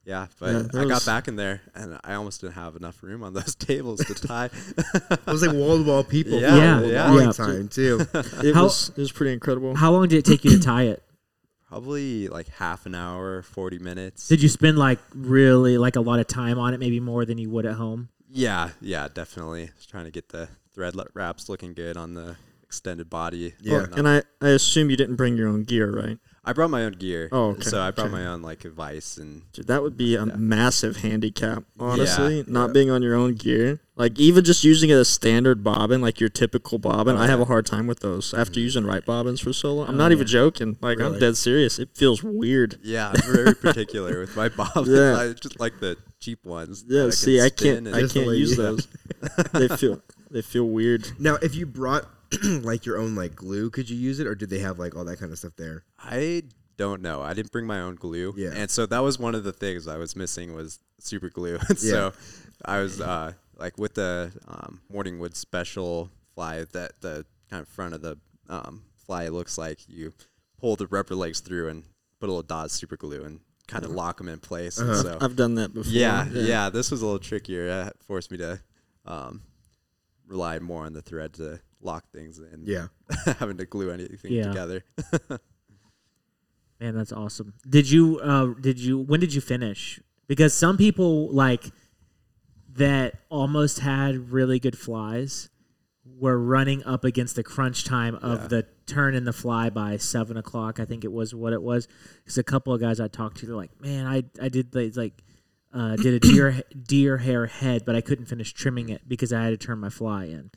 S4: yeah. But
S5: Yeah, that
S4: I
S5: was-
S4: got back in there, and I almost didn't have enough room on those tables to tie.
S3: It was like wall to wall people.
S4: Yeah,
S3: for a
S4: yeah.
S3: long
S2: Yeah.
S3: time too.
S5: It
S2: How-
S5: was it was pretty incredible.
S2: How long did it take you to tie it?
S4: Probably like half an hour, forty minutes.
S2: Did you spend like really like a lot of time on it? Maybe more than you would at home.
S4: yeah, yeah, definitely. Just trying to get the thread lo- wraps looking good on the extended body.
S3: Yeah.
S4: whatnot.
S5: And I, I assume you didn't bring your own gear, right?
S4: I brought my own gear.
S5: Oh, okay,
S4: So I brought
S5: okay.
S4: my own like advice and
S5: Dude, that would be a massive handicap, honestly.
S4: Yeah,
S5: not being on your own gear, like even just using it as standard bobbin, like your typical bobbin, I have a hard time with those after using right bobbins for so long. I'm not even joking. Like I'm
S3: Really?
S5: dead serious. It feels weird.
S4: yeah, I'm very particular with my bob.
S5: Yeah.
S4: I just like the cheap ones.
S5: Yeah.
S4: that can
S5: see, I
S4: spin
S5: can't.
S4: and
S5: I
S3: just the
S5: can't
S3: way
S5: use
S3: you-
S5: those. they feel. They feel weird.
S3: Now, if you brought like your own like glue, could you use it, or did they have like all that kind of stuff there?
S4: I don't know. I didn't bring my own glue.
S3: Yeah.
S4: And so that was one of the things I was missing was super glue. And so I was uh, like with the um, Morningwood special fly that the kind of front of the um, fly looks like you pull the rubber legs through and put a little dot of super glue and kind
S5: Uh-huh.
S4: of lock them in place. And so
S5: I've done that before.
S4: yeah, yeah, this was a little trickier. It forced me to um, rely more on the thread to lock things in.
S3: Yeah.
S4: having to glue anything
S2: Yeah.
S4: together.
S2: Man, that's awesome. Did you uh did you when did you finish? Because some people like that almost had really good flies were running up against the crunch time of the turn in the fly by seven o'clock. I think it was what it was. Because a couple of guys I talked to, they're like, "Man, I I did like like uh, did a deer deer hair head, but I couldn't finish trimming it because I had to turn my fly in."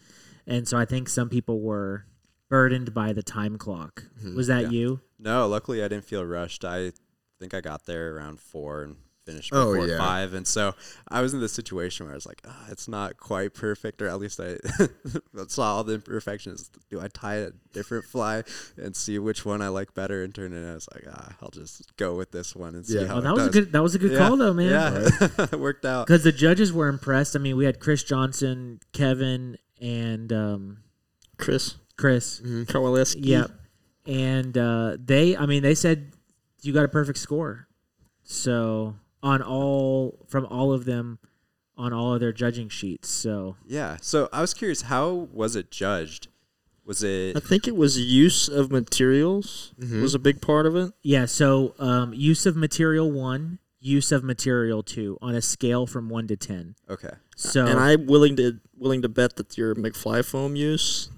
S2: And so I think some people were burdened by the time clock. Was that you?
S4: No, luckily I didn't feel rushed. I think I got there around four and finished
S3: Oh,
S4: before
S3: yeah.
S4: five, and so I was in this situation where I was like, ah, it's not quite perfect, or at least I saw all the imperfections. Do I tie a different fly and see which one I like better and turn it? in? I was like, ah, I'll just go with this one and see
S3: Yeah.
S4: how
S2: Oh,
S4: it
S2: that was a
S4: does."
S2: good. That was a good
S4: Yeah,
S2: call, though, man.
S4: Yeah, it worked out.
S2: Because the judges were impressed. I mean, we had Chris Johnson, Kevin, and um,
S5: Chris
S2: Chris.
S4: Mm-hmm.
S5: Kowaleski.
S2: Yep. And uh, they, I mean, they said you got a perfect score. So on all from all of them, on all of their judging sheets. So
S4: Yeah. So I was curious, how was it judged? Was it
S5: I think it was use of materials was a big part of it.
S2: yeah. So um, use of material one, use of material two, on a scale from one to ten.
S4: okay?
S2: So
S5: And I'm willing to willing to bet that your McFly foam use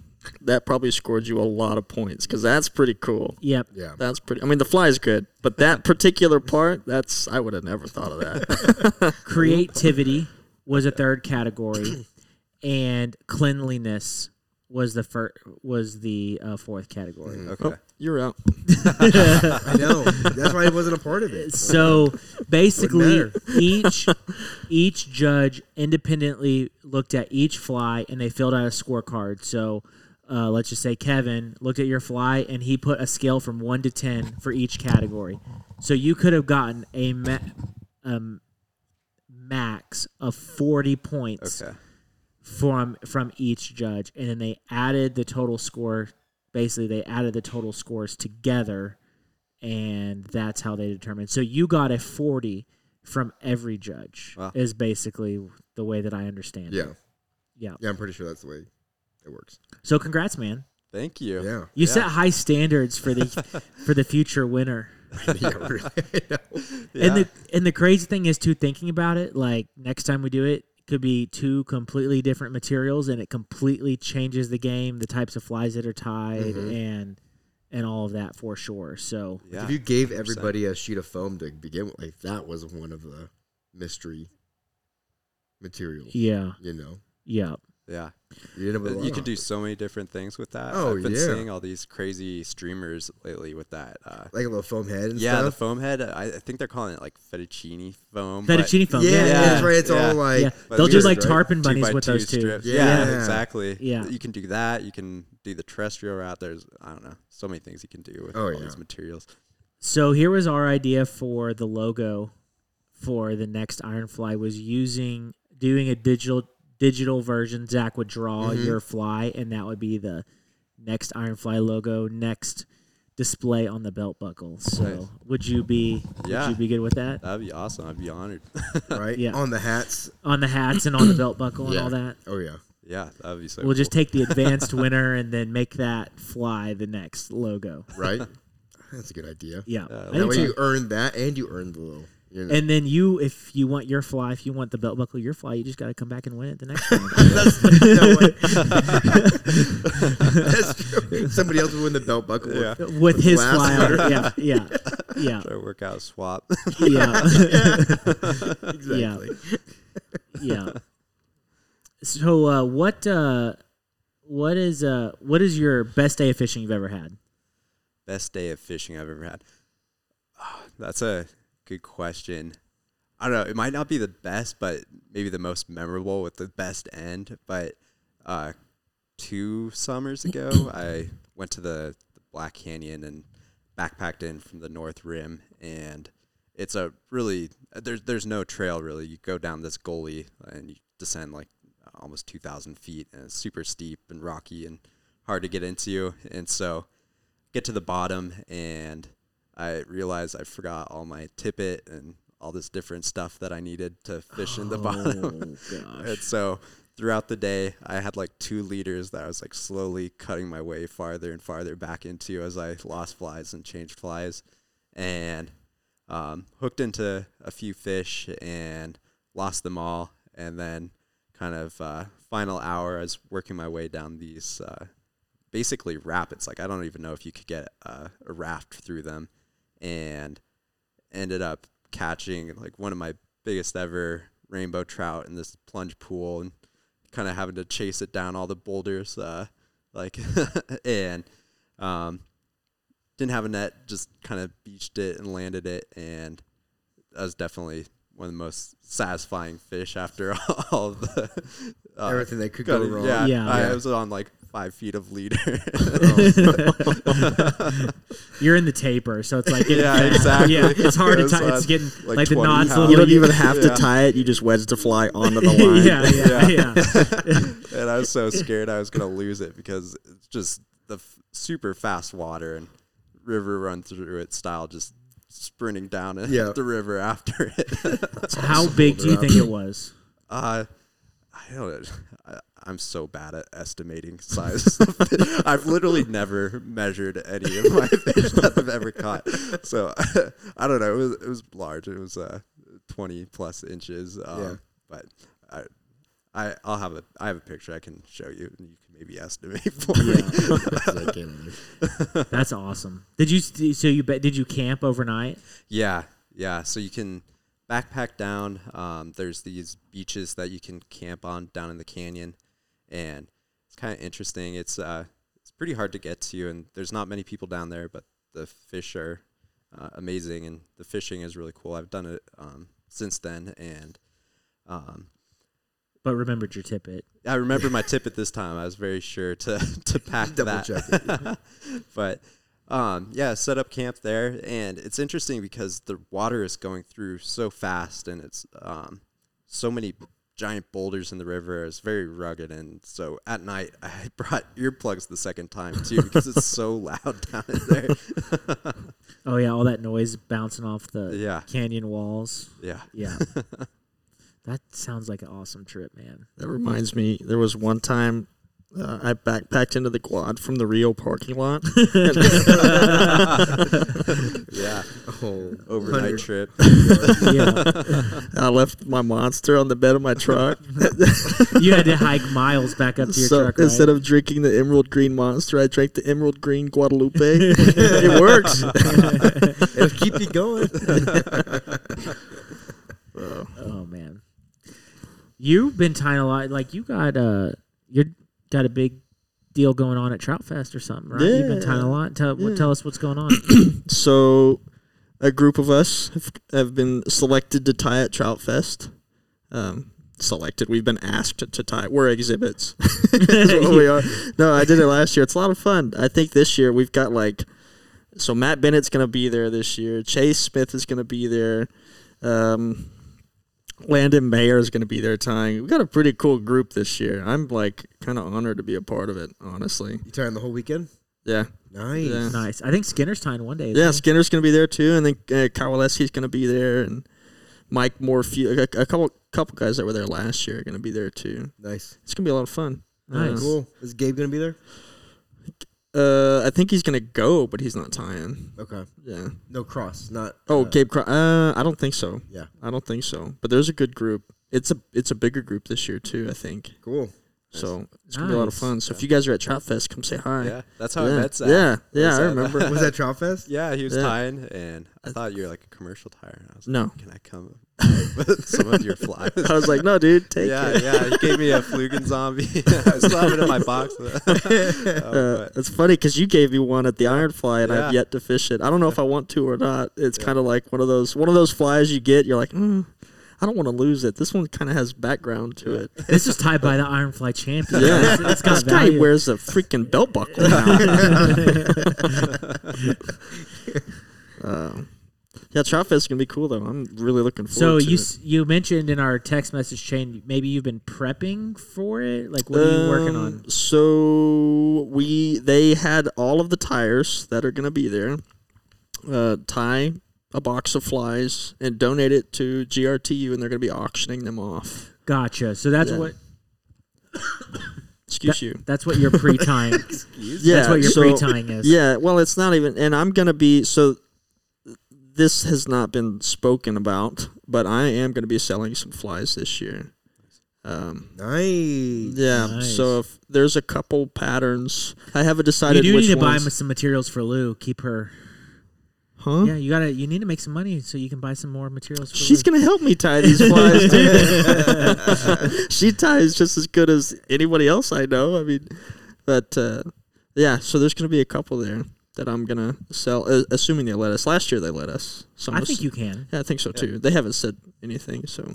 S5: that probably scored you a lot of points because that's pretty cool.
S2: yep.
S3: Yeah.
S5: That's pretty. I mean, the fly is good, but that particular part, that's I would have never thought of that.
S2: creativity was a third category, and cleanliness was the fir- was the uh, fourth category.
S4: Okay.
S5: Oh, you're out.
S3: I know. That's why I wasn't a part of it.
S2: So basically,
S3: Wouldn't
S2: each each judge independently looked at each fly and they filled out a scorecard. So. Uh, let's just say Kevin looked at your fly and he put a scale from one to ten for each category. So you could have gotten a ma- um, max of forty points
S4: Okay.
S2: from from each judge and then they added the total score basically they added the total scores together and that's how they determined so you got a 40 from every judge
S4: Wow.
S2: is basically the way that i understand it.
S3: Yeah.
S2: Yeah.
S3: Yeah, I'm pretty sure that's the way it works.
S2: so congrats man
S4: Thank you.
S3: Yeah.
S2: you
S4: Yeah.
S2: set high standards for the for the future winner
S3: yeah, really. I know.
S2: and the and the crazy thing is too thinking about it like next time we do it it could be two completely different Mm-hmm. materials and it completely changes the game the types of flies that are tied and and all of that for sure. So
S4: Yeah.
S3: If you gave everybody a sheet of foam to begin with, like that was one of the mystery materials.
S2: yeah,
S3: You know,
S2: yeah.
S4: yeah.
S3: you end up with a
S4: Uh,
S3: lot
S4: You
S3: of
S4: can do
S3: options.
S4: so many different things with that.
S3: Oh,
S4: I've been
S3: yeah.
S4: seeing all these crazy streamers lately with that. Uh,
S3: like a little foam head and
S4: yeah, the
S3: stuff.
S4: foam head. uh, I, I think they're calling it like fettuccine foam. but-
S2: Fettuccine foam.
S3: yeah,
S2: Yeah,
S4: yeah,
S3: that's right. It's
S4: yeah.
S3: all like
S2: yeah.
S4: but
S2: They'll do
S4: weird,
S2: like
S4: right?
S2: tarpon
S4: two
S2: bunnies
S4: by
S2: with
S4: two
S2: those too.
S4: strips.
S3: Yeah.
S4: Yeah, exactly.
S2: Yeah.
S4: You can do that. You can do the terrestrial route. There's, I don't know, so many things you can do with
S3: Oh,
S4: all
S3: yeah.
S4: these materials.
S2: So here was our idea for the logo for the next Iron Fly was using doing a digital digital version. Zach would draw your fly, and that would be the next Iron Fly logo, next display on the belt buckle. So
S4: Nice.
S2: would you be
S4: Yeah.
S2: would you be good with that?
S4: That'd be awesome. I'd be honored.
S3: right
S2: Yeah.
S3: on the hats.
S2: On the hats and on the belt buckle and
S3: Yeah.
S2: all that?
S3: Oh yeah,
S4: yeah, that'd be so.
S2: We'll just
S4: cool.
S2: take the advanced winner and then make that fly the next logo.
S3: right. that's a good idea.
S2: Yeah.
S4: Yeah,
S2: I
S4: that
S2: think
S3: That way
S2: so.
S3: you earn that and you earn the little. You know.
S2: And then you, if you want your fly, if you want the belt buckle, your fly, you just got to come back and win it the next time.
S3: That's, no way. That's true. Somebody else would win the belt buckle.
S4: Yeah.
S2: with his
S3: Last
S2: fly on it. Yeah, yeah, yeah,
S4: Try to work out a swap.
S2: yeah,
S3: Exactly.
S2: yeah. So, uh, what, uh, what is, uh, what is your best day of fishing you've ever had?
S4: Best day of fishing I've ever had. Ah, that's a good question. I don't know. It might not be the best, but maybe the most memorable with the best end. But uh, two summers ago, I went to the, the Black Canyon and backpacked in from the North Rim, and it's a really there's there's no trail really. You go down this gully and you descend like almost two thousand feet, and it's super steep and rocky and hard to get into. And so, get to the bottom, and I realized I forgot all my tippet and all this different stuff that I needed to fish
S2: Oh,
S4: in the bottom. And so throughout the day, I had like two liters that I was like slowly cutting my way farther and farther back into as I lost flies and changed flies and um, hooked into a few fish and lost them all. And then, kind of, uh, final hour, I was working my way down these uh, basically rapids. Like, I don't even know if you could get uh, a raft through them. And ended up catching like one of my biggest ever rainbow trout in this plunge pool and kind of having to chase it down all the boulders uh, like and um, didn't have a net just kind of beached it and landed it and that was definitely one of the most satisfying fish after all of the uh,
S3: Everything that could go
S4: cutting.
S3: wrong.
S4: yeah,
S2: Yeah.
S4: I,
S2: Yeah.
S4: was on like five feet of leader
S2: You're in the taper, so it's like
S4: Oh. Yeah,
S2: getting-
S4: exactly.
S2: Yeah, it's hard to
S4: It was
S2: tie. It's
S4: on,
S2: getting like,
S4: like,
S2: the
S4: 20
S2: knots.
S4: pounds.
S2: little
S5: You don't
S2: bit-
S5: even have to
S4: Yeah.
S5: tie it. You just wedge the fly onto the line.
S2: yeah, yeah, yeah,
S4: and I was so scared I was gonna lose it because it's just the f- super fast water and river run through it style, just sprinting down it-
S3: Yeah.
S4: the river after it.
S2: How big do you think it was?
S4: uh, I don't. I, I'm so bad at estimating size. I've literally never measured any of my fish that I've ever caught, so I don't know. It was it was large. It was uh, 20 plus inches. Um,
S3: Yeah.
S4: but I. I, I'll have a I have a picture I can show you and you can maybe estimate for me.
S3: So I can't either.
S2: That's awesome. Did you st- so you bet? Did you camp overnight?
S4: Yeah, yeah. So you can backpack down. Um, there's these beaches that you can camp on down in the canyon, and it's kind of interesting. It's uh, it's pretty hard to get to, and there's not many people down there, but the fish are uh, amazing, and the fishing is really cool. I've done it um, since then, and um,
S2: But remembered your tippet.
S4: I remember my tip at this time. I was very sure to to pack
S3: Double
S4: that.
S3: check
S4: but um, yeah, set up camp there, and it's interesting because the water is going through so fast, and it's um, so many giant boulders in the river. It's very rugged, and so at night I brought earplugs the second time too because it's so loud down in there.
S2: Oh yeah, all that noise bouncing off the
S4: Yeah.
S2: canyon walls.
S4: Yeah,
S2: Yeah. that sounds like an awesome trip, man.
S5: That reminds me, there was one time uh, I backpacked into the quad from the Rio parking lot.
S4: Yeah,
S3: Oh, 100.
S4: overnight trip.
S2: yeah.
S5: I left my monster on the bed of my truck.
S2: You had to hike miles back up to your
S5: so
S2: truck. Right?
S5: instead of drinking the emerald green monster, I drank the emerald green Guadalupe. it works.
S3: It'll keep you going.
S2: oh man, you've been tying a lot. Like you got uh, you got a big deal going on at Trout Fest or something, right? You've been tying a
S5: Yeah.
S2: lot. Tell,
S5: Yeah.
S2: tell us what's going on.
S5: So, a group of us have, have been selected to tie at Trout Fest. Um, selected. We've been asked to, tie. We're exhibits. That's what we are. No, I did it last year. It's a lot of fun. I think this year we've got like. So Matt Bennett's going to be there this year. Chase Smith is going to be there. Um, Landon Mayer is going to be there tying. We've got a pretty cool group this year. I'm like kind of honored to be a part of it, honestly.
S3: You tying the whole weekend?
S5: Yeah.
S3: Nice.
S5: Yeah.
S2: nice. I think Skinner's tying one day. isn't
S5: Yeah,
S2: he?
S5: Skinner's gonna be there too, and then uh, Kowaleski's gonna be there, and Mike Morphew, a, a couple couple guys that were there last year are gonna be there too.
S3: Nice.
S5: It's gonna be a lot of fun.
S2: Nice.
S5: Uh,
S3: Cool. Is Gabe gonna be there?
S5: uh, I think he's gonna go, but he's not tying.
S3: Okay.
S5: Yeah.
S3: No cross. Not.
S5: Oh,
S3: uh,
S5: Gabe. Cro- uh, I don't think so.
S3: Yeah.
S5: I don't think so. But there's a good group. It's a it's a bigger group this year too. I think.
S3: Cool.
S5: So it's gonna be a lot of
S2: Nice.
S5: fun. So if you guys are at Trout Fest, come say hi.
S4: Yeah, that's how
S5: yeah.
S4: I met Zach.
S5: Yeah, yeah,
S4: Was
S5: I
S4: that-
S5: remember.
S3: Was that Trout Fest?
S4: Yeah, he was
S5: Yeah.
S4: tying, and I thought you were like a commercial tire. And I was like,
S5: No.
S4: can I come with some of your flies?
S5: I was like, no, dude, take
S4: yeah,
S5: it.
S4: yeah. He gave me a Flugen zombie. I still have it in my box. Uh,
S5: Uh,
S4: but
S5: it's funny because you gave me one at the iron fly and
S4: Yeah.
S5: I've yet to fish it. I don't know if I want to or not. It's kind of like one of those one of those flies you get. You're like, mm, I don't want to lose it. This one kind of has background to it.
S2: This is tied by the Ironfly champion.
S5: Yeah,
S2: It's- it's got
S5: this guy
S2: value.
S5: wears a freaking belt buckle now. um, yeah, trout fest is gonna be cool though. I'm really looking forward.
S2: So
S5: to
S2: you
S5: it.
S2: s you mentioned in our text message chain, maybe you've been prepping for it. Like, what are you working
S5: Um,
S2: on?
S5: So we they had all of the tires that are going to be there. Uh, tie a box of flies and donate it to GRTU, and they're going to be auctioning them off.
S2: Gotcha. So that's
S5: Yeah.
S2: what
S5: Excuse you.
S2: that's what you're pre-tying.
S5: Yeah,
S2: that's what your
S5: so-
S2: pre-tying is.
S5: Yeah, well, it's not even, and I'm gonna be so. This has not been spoken about, but I am gonna be selling some flies this year. Um,
S3: Nice.
S5: yeah,
S2: Nice.
S5: so if there's a couple patterns, I haven't
S2: You
S5: decided
S2: do
S5: which
S2: need to buy
S5: ones.
S2: m- some materials for Lou. Keep her.
S5: huh?
S2: Yeah, you gotta. You need to make some money so you can buy some more materials. For
S5: She's
S2: Lou.
S5: gonna help me tie these flies, dude. she ties just as good as anybody else I know. I mean, but uh, yeah, so there's gonna be a couple there that I'm gonna sell, uh, assuming they let us. Last year they let us. So I'm
S2: I think
S5: ass-
S2: you can.
S5: Yeah, I think so too. They haven't said anything, so.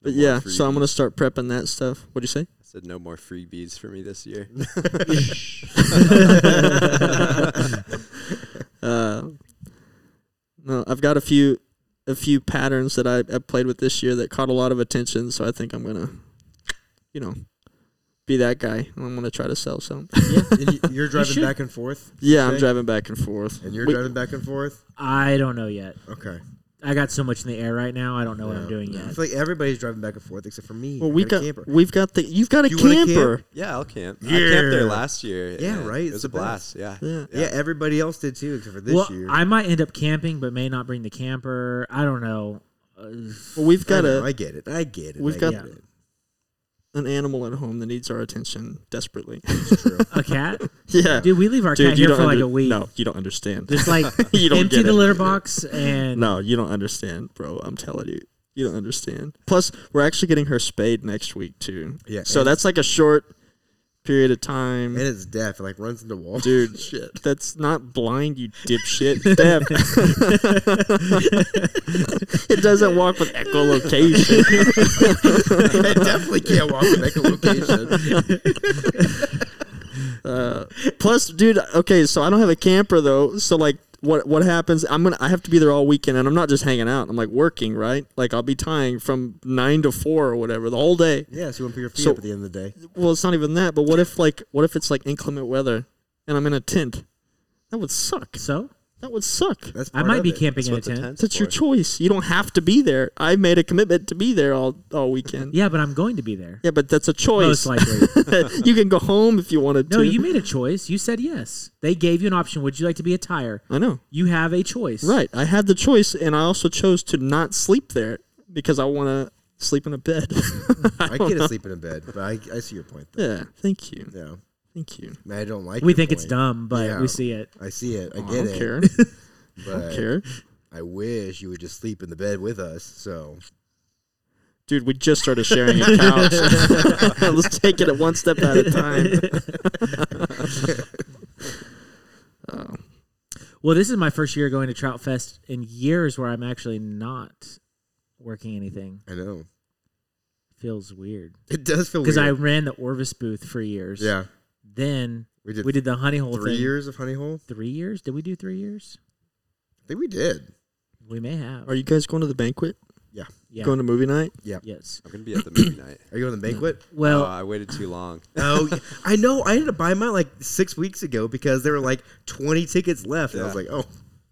S5: But
S4: more
S5: yeah, so I'm gonna
S4: freebies.
S5: start prepping that stuff. What do you say?
S4: I said no more freebies for me this year.
S5: Uh, no, I've got a few, a few patterns that I, I played with this year that caught a lot of attention. So I think I'm gonna, you know, be that guy. and I'm gonna try to sell some.
S3: And you- you're driving
S2: should.
S3: back and forth,
S5: yeah, I'm
S3: Okay.
S5: driving back and forth.
S3: and you're
S5: We-
S3: driving back and forth.
S2: I don't know yet.
S3: Okay.
S2: I got so much in the air right now. I don't know what I'm
S3: Yeah.
S2: doing
S3: I
S2: yet.
S3: feel like everybody's driving back and forth except for me.
S5: Well,
S3: I
S5: we
S3: got
S5: got
S3: a camper.
S5: we've got the you've got a
S3: You wanna camp?
S5: camper.
S4: yeah, I'll camp. I camped there
S3: Yeah.
S4: last year.
S3: Yeah,
S4: and
S3: right,
S4: It
S3: it's
S4: was
S3: the
S4: a blast. Yeah.
S5: Yeah.
S3: yeah. everybody else did too, except for this
S2: well,
S3: year.
S2: I might end up camping, but may not bring the camper. I don't know. Uh,
S5: Well, we've
S3: I
S5: got
S3: know,
S5: a
S3: I get it. I get it.
S5: we've
S3: I
S5: got-
S3: get it.
S5: an animal at home that needs our attention desperately.
S3: It's true.
S2: a cat,
S5: yeah,
S2: dude. We leave our cat
S5: Dude, you
S2: here
S5: don't
S2: for like
S5: under-
S2: a week.
S5: No, you don't understand.
S2: Just like
S5: You don't
S2: empty
S5: get
S2: the
S5: it.
S2: litter box and
S5: No, you don't understand, bro. I'm telling you. You don't understand. Plus, we're actually getting her spayed next week too.
S3: Yeah,
S5: So
S3: and-
S5: that's like a short period of time.
S3: and it's deaf. It like runs into walls.
S5: Dude, shit. That's not blind, you dipshit. Damn. it doesn't walk with echolocation.
S3: I definitely can't walk to make a location.
S5: Uh, plus, dude, okay, so I don't have a camper though. So like what what happens? I'm gonna I have to be there all weekend and I'm not just hanging out. I'm like working, right? Like I'll be tying from nine to four or whatever, the whole day.
S3: Yeah, so you won't put your feet
S5: So-
S3: up at the end of the day.
S5: Well, it's not even that. But what if like what if it's like inclement weather and I'm in a tent? That would suck.
S2: so.
S5: That would suck.
S3: That's
S2: I
S3: part
S2: might
S3: of
S2: be
S3: it.
S2: camping
S4: That's
S2: in a
S4: what the
S2: tent.
S4: tent's
S5: That's your
S4: for.
S5: choice. You don't have to be there. I made a commitment to be there all all weekend.
S2: Yeah, but I'm going to be there.
S5: Yeah, but that's a
S2: Most
S5: choice.
S2: likely.
S5: you can go home if you wanted
S2: No,
S5: to.
S2: you made a choice. You said yes. They gave you an option. Would you like to be a tire?
S5: I know.
S2: You have a choice.
S5: Right. I had the choice, and I also chose to not sleep there because I want to sleep in a bed.
S3: I can't sleep in a bed, but I, I see your point. Though.
S5: yeah. Thank you.
S3: Yeah,
S5: Thank you.
S3: I don't like.
S2: We
S3: your
S2: think it's
S3: point.
S2: dumb, but
S3: Yeah.
S2: we see it.
S3: I see it. I
S5: I
S3: get
S5: don't
S3: it.
S5: care.
S3: But
S5: I don't care.
S3: I wish you would just sleep in the bed with us. So
S5: Dude, we just started sharing a couch. Let's take it at one step at a time. oh,
S2: Well, this is my first year going to Trout Fest in years where I'm actually not working anything.
S3: I know
S2: Feels weird
S3: it does feel
S2: because I
S3: weird.
S2: ran the Orvis booth for years.
S3: yeah
S2: Then
S3: we did,
S2: we did the honey hole
S3: three
S2: thing.
S3: years of honey hole.
S2: Three years? Did we do three years?
S3: I think we did.
S2: We may have.
S5: are you guys going to the banquet?
S2: yeah.
S5: Going to movie night?
S2: yes.
S4: I'm gonna be at the movie night.
S3: Are you on the banquet?
S5: Uh,
S4: Oh,
S2: Well,
S4: I waited too long.
S3: oh, yeah. I know. I ended up buying mine like six weeks ago because there were like twenty tickets left, and I was
S4: Yeah.
S3: like, oh,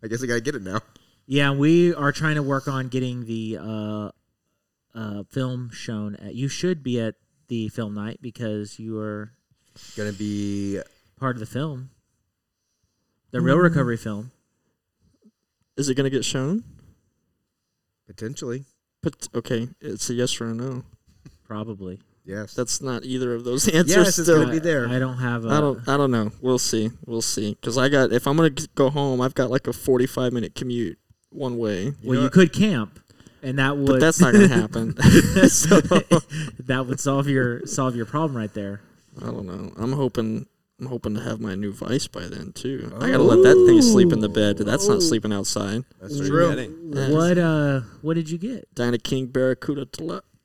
S3: I guess I gotta get it now.
S2: yeah, we are trying to work on getting the uh, uh, film shown. At, you should be at the film night because you are
S3: Gonna be
S2: part of the film, the
S5: Mm-hmm.
S2: real recovery film.
S5: Is it going to get shown?
S3: potentially
S5: But okay, it's a yes or a no.
S2: Probably.
S3: yes.
S5: That's not either of those answers.
S3: Yes, it's
S5: still.
S3: gonna be there.
S2: I don't have. A,
S5: I don't. I don't know. We'll see. We'll see. Because I got. If I'm gonna g- go home, I've got like a 45 minute commute one way.
S3: You
S2: Well,
S3: know
S2: you
S3: what?
S2: could camp, and that would
S5: But that's not gonna happen. so
S2: that would solve your solve your problem right there.
S5: I don't know. I'm hoping. I'm hoping to have my new vice by then too. I gotta let that thing sleep in the bed. That's not sleeping outside.
S3: That's
S4: What are you
S3: true.
S4: getting?
S5: Yeah.
S2: What uh? What did you get?
S5: Dinah King Barracuda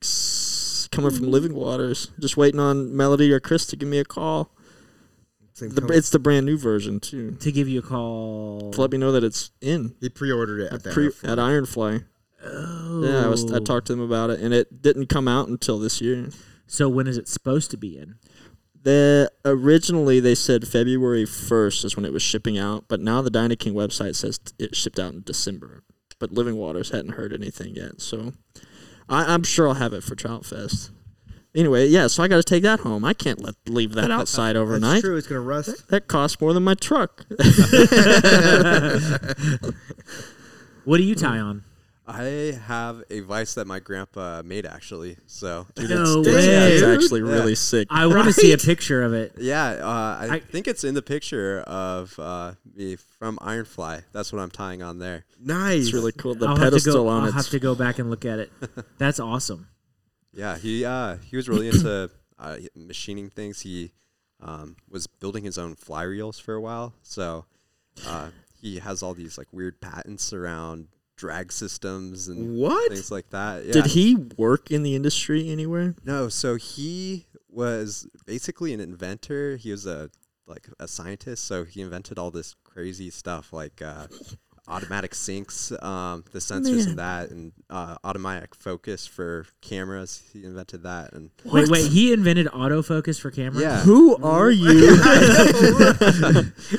S5: Deluxe coming from Living Waters. Just waiting on Melody or Chris to give me a call.
S3: Same
S5: The,
S3: company.
S5: it's the brand new version too.
S2: To give you a call.
S5: To let me know that it's in.
S3: he pre-ordered it at that.
S5: Pre-
S3: outfit.
S5: at Ironfly.
S2: Oh.
S5: Yeah, I was. I talked to them about it, and it didn't come out until this year.
S2: So when is it supposed to be in?
S5: The originally they said February first is when it was shipping out, but now the Dyna King website says t- it shipped out in December. But Living Waters hadn't heard anything yet, so I, I'm sure I'll have it for Trout Fest. Anyway, yeah, so I got to take that home. I can't let leave that outside
S3: That's
S5: overnight.
S3: true. It's gonna rust.
S5: That costs more than my truck.
S2: What do you tie on?
S4: I have a vice that my grandpa made actually. So
S2: No
S5: Yeah,
S2: way.
S5: it's actually
S4: Yeah.
S5: really sick.
S2: I want to see a picture of it.
S4: yeah, uh, I,
S2: I-
S4: think it's in the picture of uh, me from Ironfly. That's what I'm tying on there.
S3: Nice.
S5: It's really cool. The
S2: I'll have to
S5: pedestal
S2: go.
S5: on
S2: I'll
S5: it's
S2: have to go back and look at it. That's awesome.
S4: Yeah, he uh, he was really into uh, machining things. He um, was building his own fly reels for a while, so uh, he has all these like weird patents around drag systems and
S3: What?
S4: things like that. Yeah.
S5: Did he work in the industry anywhere?
S4: No, so he was basically an inventor. He was a like a scientist, so he invented all this crazy stuff like uh, automatic sinks, um, the sensors and that, and uh, automatic focus for cameras. He invented that, and
S2: Wait, wait. He invented autofocus for cameras.
S4: yeah,
S5: Who are you?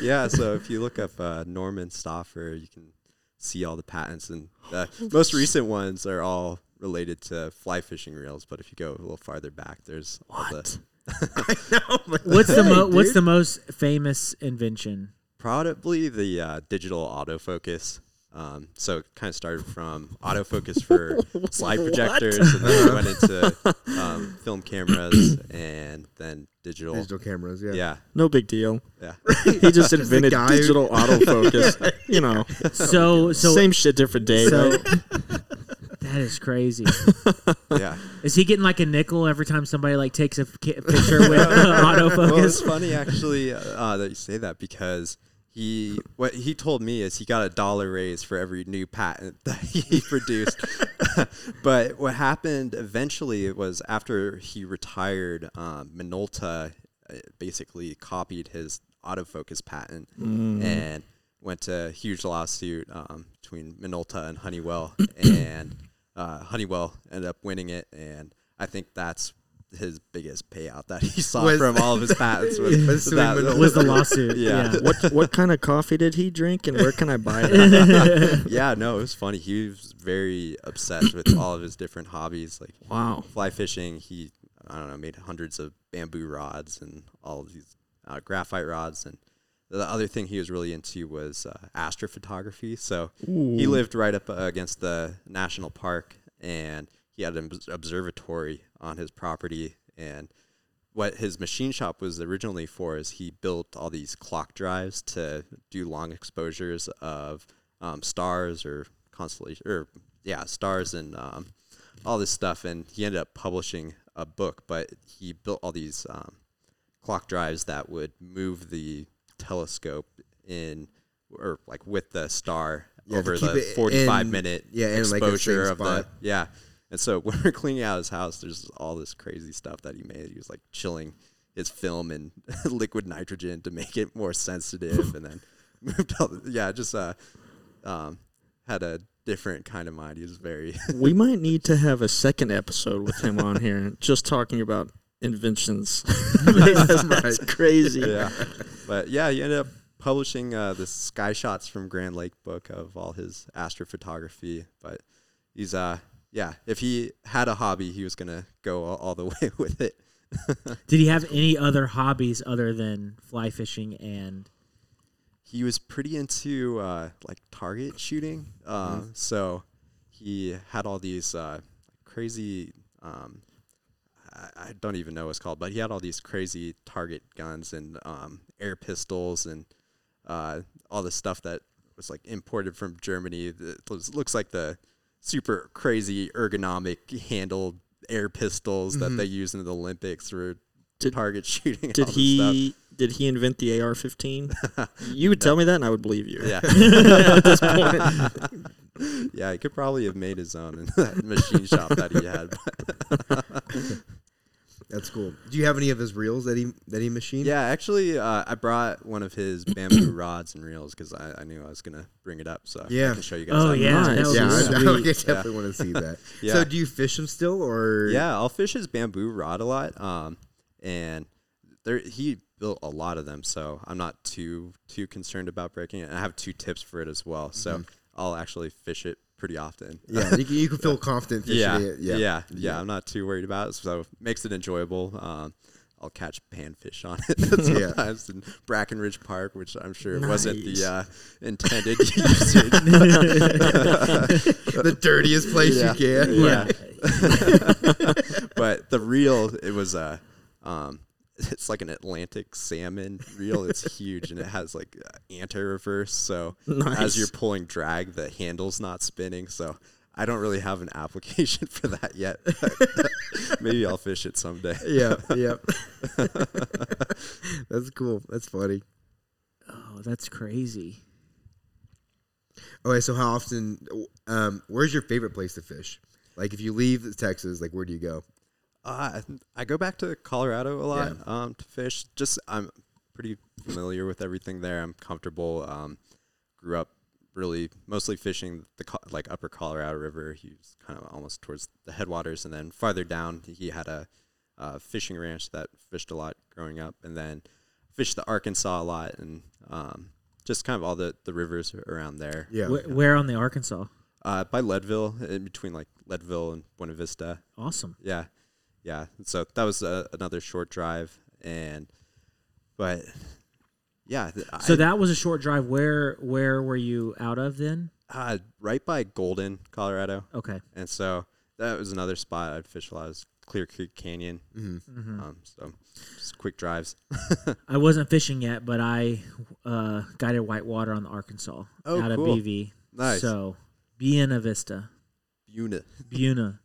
S4: yeah. So if you look up uh, Norman Stoffer, you can see all the patents, and the most recent ones are all related to fly fishing reels. But if you go a little farther back, there's all the
S2: What's the mo- What's the most famous invention?
S4: Probably the uh, digital autofocus. Um, so it kind of started from autofocus for slide projectors, and then it went into um, film cameras, and then digital.
S3: digital cameras. Yeah.
S4: Yeah,
S5: no big deal.
S4: yeah.
S5: He just invented
S3: guy who-
S5: digital autofocus. you know,
S2: So so
S5: same shit, different day.
S2: so.
S5: right?
S2: That is crazy.
S4: yeah.
S2: Is he getting like a nickel every time somebody like takes a ki- picture with uh,
S4: Well, it's
S2: autofocus?
S4: funny actually uh, that you say that because he what he told me is he got a dollar raise for every new patent that he produced. but what happened eventually was after he retired, um, Minolta uh, basically copied his autofocus patent
S3: Mm.
S4: and went to a huge lawsuit um, between Minolta and Honeywell, and uh, Honeywell ended up winning it. And I think that's his biggest payout that he saw
S3: Was-
S4: from all of his patents was,
S3: Was suing
S4: that-
S3: Manolo.
S2: was the lawsuit.
S4: Yeah.
S2: yeah.
S5: What what kind of coffee did he drink, and where can I buy it?
S4: yeah, no, it was funny. He was very obsessed with all of his different hobbies, like
S5: wow.
S4: fly fishing. He, I don't know, made hundreds of bamboo rods and all of these uh, graphite rods. And the other thing he was really into was uh, astrophotography. So he lived right up uh, against the national park, and he had an obs- observatory on his property. And what his machine shop was originally for is he built all these clock drives to do long exposures of um, stars or constellation or yeah stars and um, all this stuff and he ended up publishing a book but he built all these um, clock drives that would move the telescope in or like with the star
S3: Yeah, to
S4: over
S3: keep
S4: the
S3: it
S4: 45
S3: in-
S4: minute
S3: yeah, in, like, a
S4: exposure
S3: same
S4: of the
S3: spot.
S4: yeah and so when we're cleaning out his house there's all this crazy stuff that he made he was like chilling his film in liquid nitrogen to make it more sensitive and then moved all the, yeah just uh um had a different kind of mind he was very
S5: We might need to have a second episode with him on here, just talking about inventions. that's, that's crazy.
S4: yeah. But yeah, he ended up publishing uh, the Sky Shots from Grand Lake book of all his astrophotography. But he's, uh, yeah, if he had a hobby, he was going to go all, all the way with it.
S2: Did he have any other hobbies other than fly fishing and
S4: He was pretty into uh, like target shooting. Uh,
S5: Mm-hmm.
S4: So he had all these uh, crazy. Um, I- I don't even know what it's called, but he had all these crazy target guns and um, air pistols and uh, all this stuff that was like imported from Germany. It was, looks like the super crazy ergonomic handled air pistols that they use in the Olympics for
S5: Mm-hmm. Did-
S4: target shooting. and
S5: Did
S4: all this stuff.
S5: he did he invent the AR-15? you would tell me that, and I would believe you.
S4: Yeah,
S5: At this point,
S4: yeah, he could probably have made his own in that machine shop that he had. But
S3: That's cool. Do you have any of his reels that he that he machined?
S4: yeah, actually, uh, I brought one of his bamboo rods and reels because I, I knew I was gonna bring it up, so
S3: Yeah.
S4: I can show you guys.
S2: Oh
S4: that.
S2: yeah, that
S5: nice.
S2: would
S3: Yeah,
S2: be
S3: I, I
S2: sweet.
S3: would definitely want to see that.
S4: Yeah.
S3: So, do you fish him still, or
S4: Yeah, I'll fish his bamboo rod a lot. Um, and there he built a lot of them, so I'm not too too concerned about breaking it. And I have two tips for it as well, so I'll actually fish it pretty often.
S3: yeah, you, can- you can feel confident fishing
S4: yeah,
S3: it.
S4: yeah, yeah, I'm not too worried about it, so makes it enjoyable. Um, I'll catch panfish on it sometimes in Brackenridge Park, which I'm sure wasn't
S5: Nice.
S4: the uh, intended usage.
S3: the dirtiest place
S4: Yeah.
S3: you can.
S4: yeah. but the reel, it was a, um, it's like an Atlantic salmon reel. It's huge and it has like uh, anti reverse. So
S5: Nice.
S4: as you're pulling drag, the handle's not spinning. So I don't really have an application for that yet. Maybe I'll fish it someday.
S3: Yeah, yeah. That's cool. That's funny.
S2: Oh, that's crazy.
S3: Okay, so how often? Um, where's your favorite place to fish? Like, if you leave Texas, like where do you go?
S4: Uh, I go back to Colorado a lot um, to fish. Just I'm pretty familiar with everything there. I'm comfortable. Um, grew up really mostly fishing the co- like upper Colorado River. He was kind of almost towards the headwaters, and then farther down he had a uh, fishing ranch that fished a lot growing up, and then fished the Arkansas a lot, and um, just kind of all the the rivers around there.
S3: Yeah,
S2: Wh- Where on the Arkansas?
S4: Uh, by Leadville, in between like Leadville and Buena Vista.
S2: Awesome.
S4: Yeah, yeah. So that was uh, another short drive, and but yeah, th-
S2: So
S4: I,
S2: that was a short drive. Where where were you out of then?
S4: uh, right by Golden, Colorado,
S2: Okay.
S4: and so that was another spot I'd fish a lot. Was Clear Creek Canyon.
S3: mm-hmm.
S2: Mm-hmm.
S4: Um, so just quick drives.
S2: I wasn't fishing yet, but I uh, guided whitewater on the Arkansas
S4: Oh,
S2: out
S4: cool.
S2: of BV.
S4: Nice.
S2: So Buena Vista,
S4: Unit.
S2: Buena,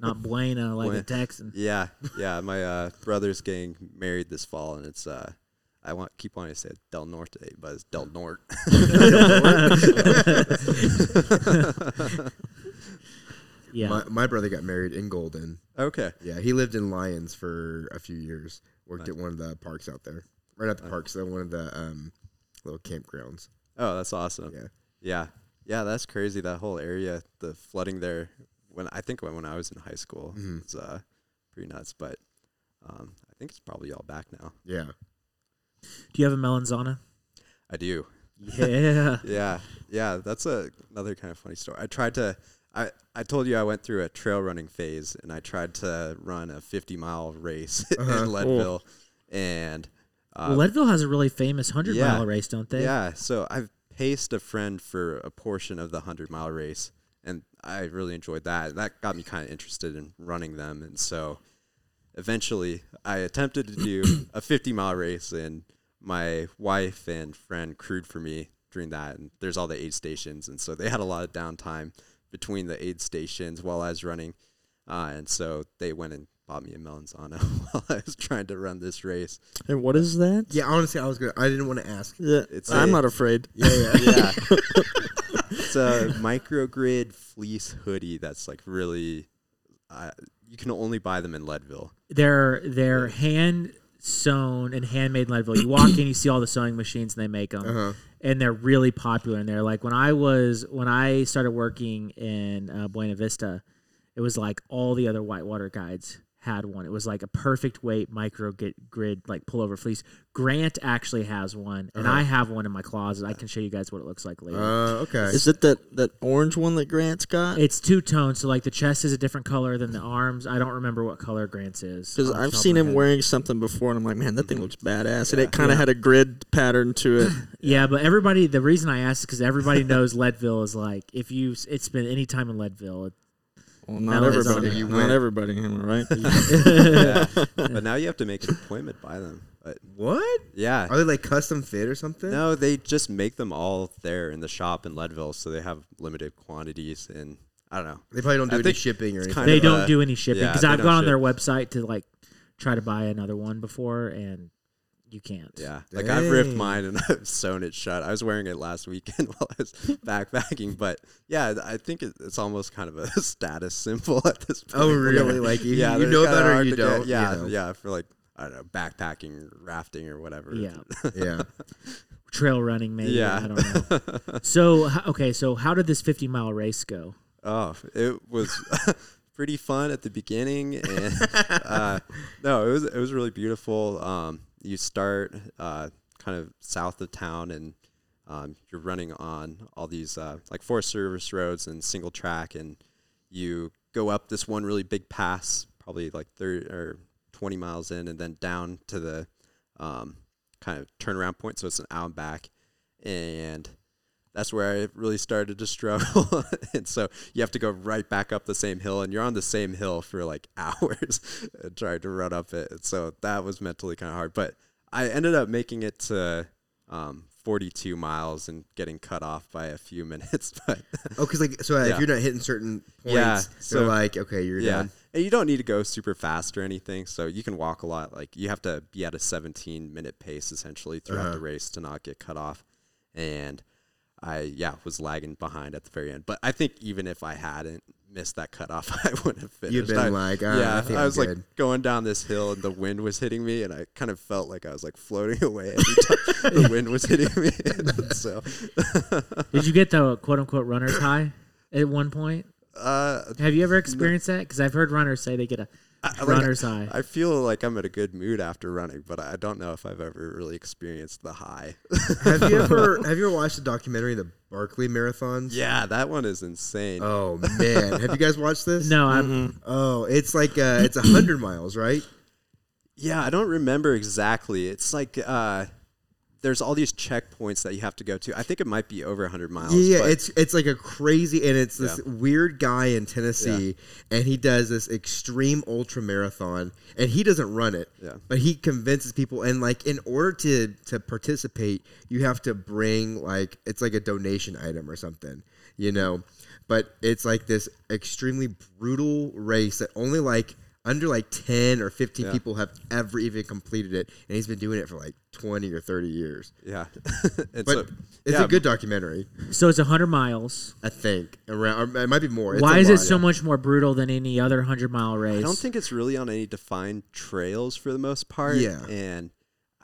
S2: not Buena like
S4: Buena.
S2: a Texan.
S4: Yeah, yeah. My uh, brother's getting married this fall, and it's uh, I want keep wanting to say Del Norte, but it's Del Norte.
S2: Yeah.
S3: My, my brother got married in Golden.
S4: okay.
S3: Yeah, he lived in Lyons for a few years. Worked at one of the parks out there, right at the parks, uh, one of the um, little campgrounds.
S4: Oh, that's awesome.
S3: Yeah.
S4: Yeah. Yeah, that's crazy.
S3: Mm-hmm.
S4: That whole area, the flooding there. When I think when, when I was in high school, it was uh, pretty nuts. But um, I think it's probably all back now.
S3: Yeah.
S2: Do you have a melanzana?
S4: I do.
S2: Yeah.
S4: Yeah, yeah, that's a, another kind of funny story. I tried to. I, I told you I went through a trail running phase and I tried to run a 50 mile race
S3: Uh-huh.
S4: in Leadville. And uh,
S2: well, Leadville has a really famous hundred
S4: yeah.
S2: mile race, don't they?
S4: yeah, so I've paced a friend for a portion of the 100 mile race and I really enjoyed that. That got me kind of interested in running them. And so eventually I attempted to do a 50 mile race and my wife and friend crewed for me during that and there's all the aid stations and so they had a lot of downtime between the aid stations while I was running uh, and so they went and bought me a melanzana while I was trying to run this race
S5: And what is that?
S3: Yeah. Honestly, I was gonna. I didn't want to ask.
S5: Yeah,
S4: It's
S5: I'm
S4: a-
S5: not afraid.
S3: Yeah. Yeah.
S4: yeah it's a microgrid fleece hoodie that's like really uh, you can only buy them in Leadville
S2: They're they're hand sewn and handmade in Leadville. You walk in, you see all the sewing machines, and they make them,
S3: Uh-huh.
S2: and they're really popular. And they're like when I was when I started working in uh, Buena Vista, it was like all the other whitewater guides had one. It was like a perfect weight micro gri- grid like pullover fleece. Grant actually has one, and
S4: Uh-huh.
S2: I have one in my closet. I can show you guys what it looks like later.
S3: Uh, okay.
S5: Is it that that orange one that Grant's
S4: Uh,
S5: got?
S2: It's two toned, so like the chest is a different color than the arms. I don't remember what color Grant's is.
S5: Because
S2: off the
S5: I've
S2: top of
S5: seen
S2: my
S5: him
S2: head.
S5: wearing something before, and I'm like, man, that thing looks badass. And it kind of had a grid pattern to it.
S2: Yeah, but everybody. The reason I asked is because everybody knows Leadville is like if you s- it's been any time in Leadville. it-
S5: Well, not
S2: Melanzana.
S5: everybody.
S3: You
S5: not
S3: win.
S5: everybody, am I right?
S4: yeah. but now you have to make an appointment by them but
S3: what?
S4: yeah
S3: Are they like custom fit or something?
S4: No, they just make them all there in the shop in Leadville, so they have limited quantities, and I don't know.
S3: They probably don't do
S4: I
S3: any
S4: think
S3: shipping or
S4: it's
S3: anything.
S4: kind
S2: They
S4: of
S2: don't
S4: a-
S2: do any shipping
S4: yeah,
S2: because
S4: they
S2: I've
S4: don't
S2: gone on their website to like try to buy another one before, and you can't.
S4: Yeah, like I've ripped
S3: Dang.
S4: mine and I've sewn it shut. I was wearing it last weekend while I was backpacking, but yeah, I think it, it's almost kind of a status symbol at this point.
S3: Oh, really? Like you, you
S4: they're
S3: know
S4: kinda
S3: about it or
S4: hard
S3: you
S4: to get-
S3: don't?
S4: Yeah,
S3: you know.
S4: yeah, for like I don't know, backpacking, rafting, or whatever.
S2: Yeah,
S3: yeah.
S2: trail running maybe.
S4: Yeah.
S2: I don't know. so h- okay, so how did this fifty mile race go?
S4: Oh, it was pretty fun at the beginning, and uh, no, it was it was really beautiful. Um, you start uh, kind of south of town, and um, you're running on all these uh, like Forest Service roads and single track, and you go up this one really big pass, probably like thirty or twenty miles in, and then down to the um, kind of turnaround point. So it's an out and back, and that's where I really started to struggle. and so you have to go right back up the same hill, and you're on the same hill for like hours trying to run up it. And so that was mentally kind of hard. But I ended up making it to um, 42 miles and getting cut off by a few minutes. But
S3: Oh, because like so, uh, if
S4: Yeah.
S3: you're not hitting certain points,
S4: Yeah,
S3: they're
S4: so-
S3: like, okay, you're
S4: yeah,
S3: done.
S4: and you don't need to go super fast or anything. So you can walk a lot. Like you have to be at a 17 minute pace essentially throughout
S3: Uh-huh.
S4: the race to not get cut off. And I yeah was lagging behind at the very end. But I think even if I hadn't missed that cutoff, I wouldn't have finished.
S3: You've been
S4: I,
S3: like, ah, I
S4: yeah,
S3: think
S4: I,
S3: I'm
S4: was
S3: good.
S4: like going down this hill and the wind was hitting me, and I kind of felt like I was like floating away every time the wind was hitting me. so
S2: Did you get the quote unquote runner's high at one point?
S4: uh,
S2: Have you ever experienced that? that? Because I've heard runners say they get a
S4: I- like,
S2: runner's high.
S4: I feel like I'm in a good mood after running, but I don't know if I've ever really experienced the high.
S3: have you ever have you ever watched the documentary the Barkley Marathons?
S4: yeah, that one is insane.
S3: Oh man, have you guys watched this?
S2: no, I'm,
S4: Mm-hmm.
S3: Oh, it's like uh, it's a hundred miles, right?
S4: yeah, I don't remember exactly. It's like uh, there's all these checkpoints that you have to go to. I think it might be over 100 miles.
S3: Yeah, yeah,
S4: but-
S3: it's it's like a crazy, and it's this
S4: Yeah.
S3: weird guy in Tennessee, and he does this extreme ultra marathon, and he doesn't run it,
S4: Yeah.
S3: but he convinces people, and like in order to to participate, you have to bring like it's like a donation item or something, you know, but it's like this extremely brutal race that only like under like 10 or 15
S4: Yeah.
S3: people have ever even completed it and he's been doing it for like 20 or 30 years
S4: yeah. it's
S3: but
S4: a,
S3: it's
S4: yeah,
S3: a good documentary
S2: So it's 100 miles.
S3: I think around. Or it might be more. It's
S2: Why
S3: a
S2: is it
S3: lot.
S2: so much more brutal than any other 100 mile race?
S4: I don't think it's really on any defined trails for the most part.
S3: Yeah.
S4: And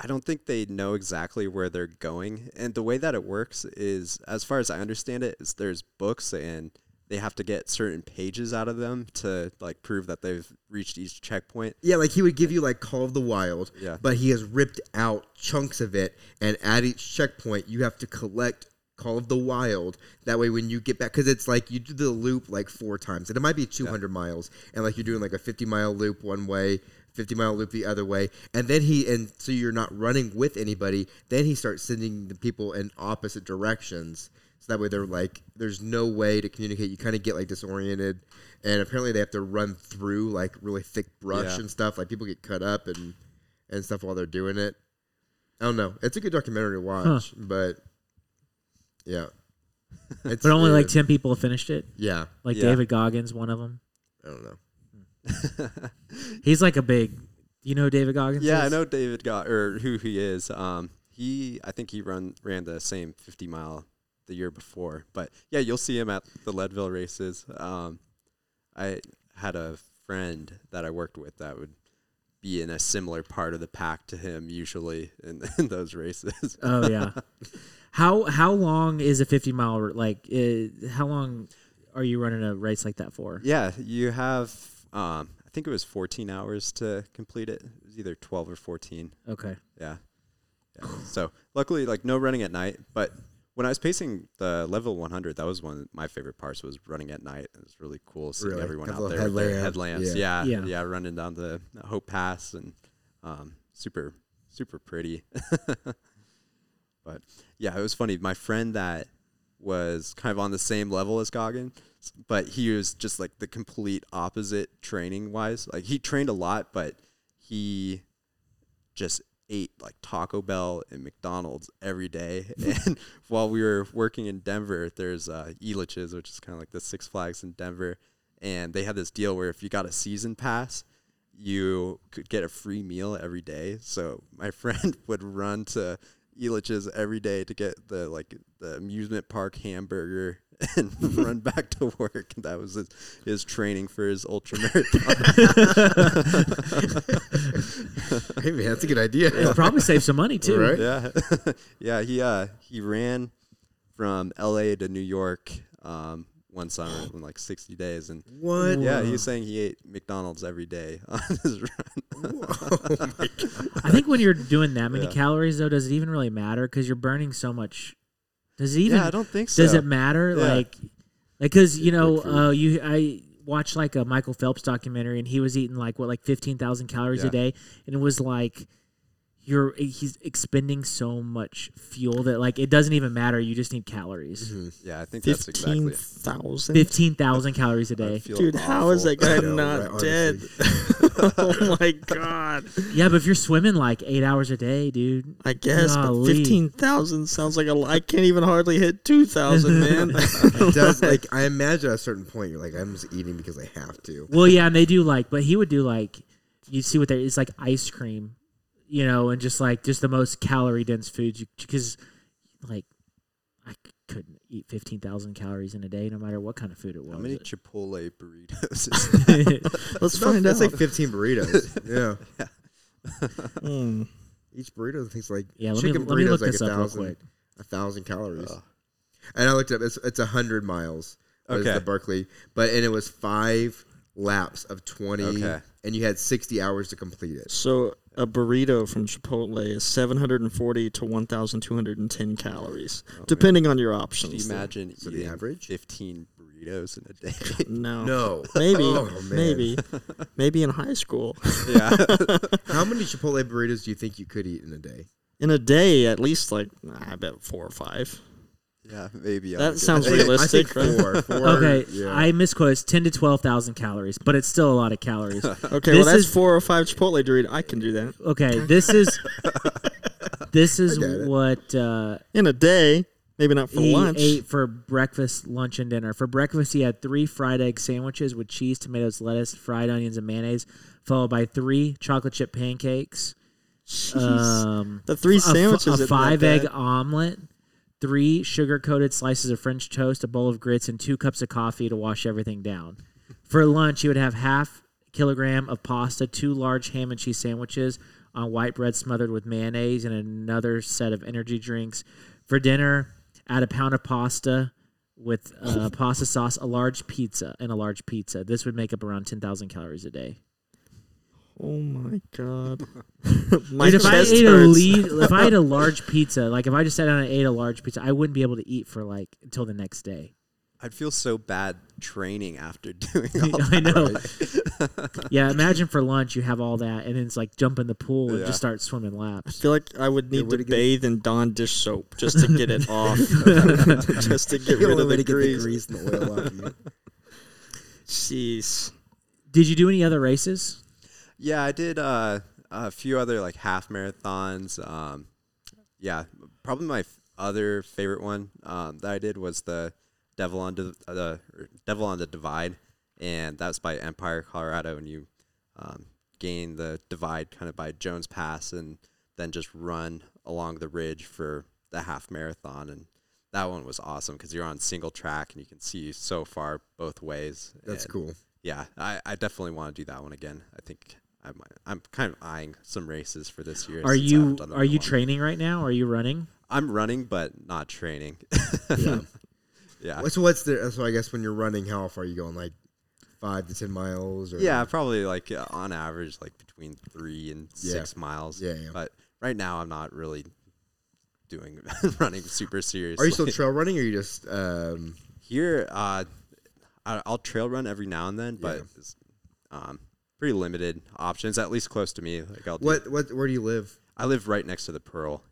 S4: I don't think they know exactly where they're going. And the way that it works is, as far as I understand it, is there's books and they have to get certain pages out of them to like prove that they've reached each checkpoint.
S3: Yeah, like he would give you like Call of the Wild,
S4: Yeah.
S3: but he has ripped out chunks of it, and at each checkpoint, you have to collect Call of the Wild. That way, when you get back, because it's like you do the loop like four times, and it might be 200 miles, and like you're doing like a 50 mile loop one way. 50 mile loop the other way and then he and so you're not running with anybody then he starts sending the people in opposite directions so that way they're like, there's no way to communicate. You kind of get like disoriented, and apparently they have to run through like really thick brush
S4: Yeah.
S3: and stuff. Like people get cut up and and stuff while they're doing it. I don't know. It's a good documentary to watch, but yeah, it's
S2: But only like
S3: weird.
S2: ten people have finished it.
S3: yeah.
S2: Like
S4: Yeah.
S2: David Goggins, one of them.
S3: I don't know.
S2: He's like a big. You know who David Goggins?
S4: Yeah, I
S2: is?
S4: know David got or who he is. Um, he I think he run ran the same 50 mile the year before, but yeah, you'll see him at the Leadville races. Um, I had a friend that I worked with that would be in a similar part of the pack to him usually in, in those races.
S2: Oh yeah. how how long is a fifty mile r- like? Uh, how long are you running a race like that for?
S4: Yeah, you have. Um, I think it was 14 hours to complete it. It was either 12 or 14.
S2: Okay.
S4: Yeah. yeah. so luckily, like no running at night. But when I was pacing the level 100, that was one of my favorite parts was running at night. It was really cool seeing
S3: Really?
S4: everyone
S3: Have
S4: out
S3: little
S4: there with their
S3: headlamp.
S4: headlamps. Yeah.
S2: Yeah.
S4: yeah, running down the Hope Pass and um, super, super pretty. but yeah, it was funny. My friend that was kind of on the same level as Goggin, s- but he was just like the complete opposite training wise. Like he trained a lot, but he just ate like Taco Bell and McDonald's every day. and while we were working in Denver, there's uh, Elitch's, which is kind of like the Six Flags in Denver, and they had this deal where if you got a season pass, you could get a free meal every day. So my friend would run to Elitch's every day to get the like the amusement park hamburger and run back to work. That was his, his training for his ultra marathon.
S3: Hey man, that's a good idea.
S2: It'll probably save some money too.
S3: Right?
S4: yeah, yeah. He uh he ran from L.A. to New York um one summer in like sixty days, and
S3: What?
S4: yeah, he was saying he ate McDonald's every day on his run.
S2: I think when you're doing that many
S4: Yeah.
S2: calories though, does it even really matter? Because you're burning so much. Does it even?
S4: yeah, I don't think so.
S2: does it matter?
S4: Yeah.
S2: Like, like because you know,
S4: Good food.
S2: uh, you I watched like a Michael Phelps documentary, and he was eating like what, like fifteen thousand calories a
S4: Yeah.
S2: day, and it was like you're eh, he's expending so much fuel that like it doesn't even matter. You just need calories.
S4: Yeah, I think that's
S5: Fifteen
S4: exactly. it.
S5: thousand.
S2: Fifteen thousand calories a
S4: I
S2: day.
S4: feel
S5: Dude, how is
S4: awful.
S5: that guy
S3: I know,
S5: not
S3: right,
S5: dead? oh my god.
S2: Yeah, but if you're swimming like eight hours a day, dude,
S5: I guess, but
S2: Golly.
S5: fifteen thousand sounds like a. l- I can't even hardly hit two thousand, man.
S3: It does like I imagine at a certain point you're like I'm just eating because I have to.
S2: Well, yeah, and they do like, but he would do like, you see what they it's like ice cream, you know, and just like just the most calorie dense foods you because like I c- couldn't eat fifteen thousand calories in a day, no matter what kind of food it was.
S4: How many Chipotle burritos? Is that?
S5: Let's
S3: No,
S5: find out.
S3: that's like 15 burritos. yeah.
S5: Hmm.
S3: Each burrito I think is like
S2: Yeah, let me-
S3: chicken
S2: let me
S3: burrito
S2: look
S3: is like
S2: this
S3: a
S2: up real
S3: thousand,
S2: quick.
S3: a thousand calories. And I looked up. It's it's a hundred miles. Was
S4: Okay.
S3: the Berkeley, but and it was five laps of 20,
S4: Okay.
S3: and you had 60 hours to complete it.
S5: So a burrito from Chipotle is seven hundred and forty to one thousand two hundred and ten calories, depending on your
S4: Can
S5: options.
S4: you imagine
S3: So the
S4: eating
S3: average?
S4: fifteen burritos in a day?
S5: No.
S3: No,
S5: Maybe,
S3: Oh, man.
S5: maybe, maybe in high school,
S4: yeah,
S3: How many Chipotle burritos do you think you could eat in a day?
S5: in a day at least, like I bet four or five.
S4: yeah, maybe. on a
S5: That
S4: good
S5: sounds
S4: day.
S5: real-
S3: I think
S5: Realistic, right?
S3: four. four
S2: Okay,
S3: yeah.
S2: I misquotes ten to twelve thousand calories, but it's still a lot of calories.
S5: Okay,
S2: This
S5: well that's
S2: is-
S5: four or five Chipotle burrito. I can do that
S2: Okay, this is this is
S3: get it.
S2: what uh,
S5: in a day. Maybe not for
S2: he
S5: lunch.
S2: ate for breakfast, lunch, and dinner. For breakfast, he had three fried egg sandwiches with cheese, tomatoes, lettuce, fried onions, and mayonnaise, followed by three chocolate chip pancakes,
S5: Jeez.
S2: um,
S5: the three
S2: a f-
S5: sandwiches.
S2: a,
S5: isn't that
S2: five egg
S5: bad.
S2: omelet, three sugar coated slices of French toast, a bowl of grits, and two cups of coffee to wash everything down. For lunch, you would have half kilogram of pasta, two large ham and cheese sandwiches on white bread smothered with mayonnaise, and another set of energy drinks. For dinner, add a pound of pasta with uh, pasta sauce, a large pizza, and a large pizza. This would make up around 10,000 calories a day.
S5: Oh my god.
S2: Dude, if I ate a le- if I ate a large pizza, like if I just sat down and ate a large pizza, I wouldn't be able to eat for like until the next day.
S4: I'd feel so bad training after doing all that.
S2: I know. yeah, imagine for lunch you have all that, and then it's like jump in the pool and
S4: Yeah.
S2: just start swimming laps.
S5: feel like I would need
S3: way
S5: to
S3: to get-
S5: bathe in Dawn dish soap just to get it off, just to get
S3: The
S5: rid
S3: only
S5: of
S3: way
S5: the
S3: to get the
S5: grease.
S3: grease and the oil off you.
S5: Jeez.
S2: Did you do any other races?
S4: Yeah, I did uh, a few other like half marathons. Um, yeah, probably my f- other favorite one um, that I did was the Devil on the the or Devil on the Divide, and that was by Empire, Colorado, and you um, gain the divide kind of by Jones Pass, and then just run along the ridge for the half marathon, and that one was awesome because you're on single track and you can see so far both ways.
S3: That's
S4: and-
S3: cool.
S4: yeah, I, I definitely want to do that one again. I think I might, I'm kind of eyeing some races for this year.
S2: Are
S4: since I haven't
S2: you
S4: done them
S2: are
S4: in a
S2: you
S4: while.
S2: training right now? Are you running?
S4: I'm running, but not training.
S3: Yeah.
S4: yeah,
S3: What's what's the so I guess when you're running, how far are you going? Like five to ten miles or
S4: yeah, probably like uh, on average, like between three and
S3: Yeah.
S4: six miles.
S3: Yeah, yeah.
S4: But right now, I'm not really doing running super seriously.
S3: Are you still trail running or are you just um
S4: here? Uh, I, I'll trail run every now and then, but
S3: Yeah.
S4: it's, um, pretty limited options. At least close to me. Like I'll do-
S3: what what where do you live?
S4: I live right next to the Pearl.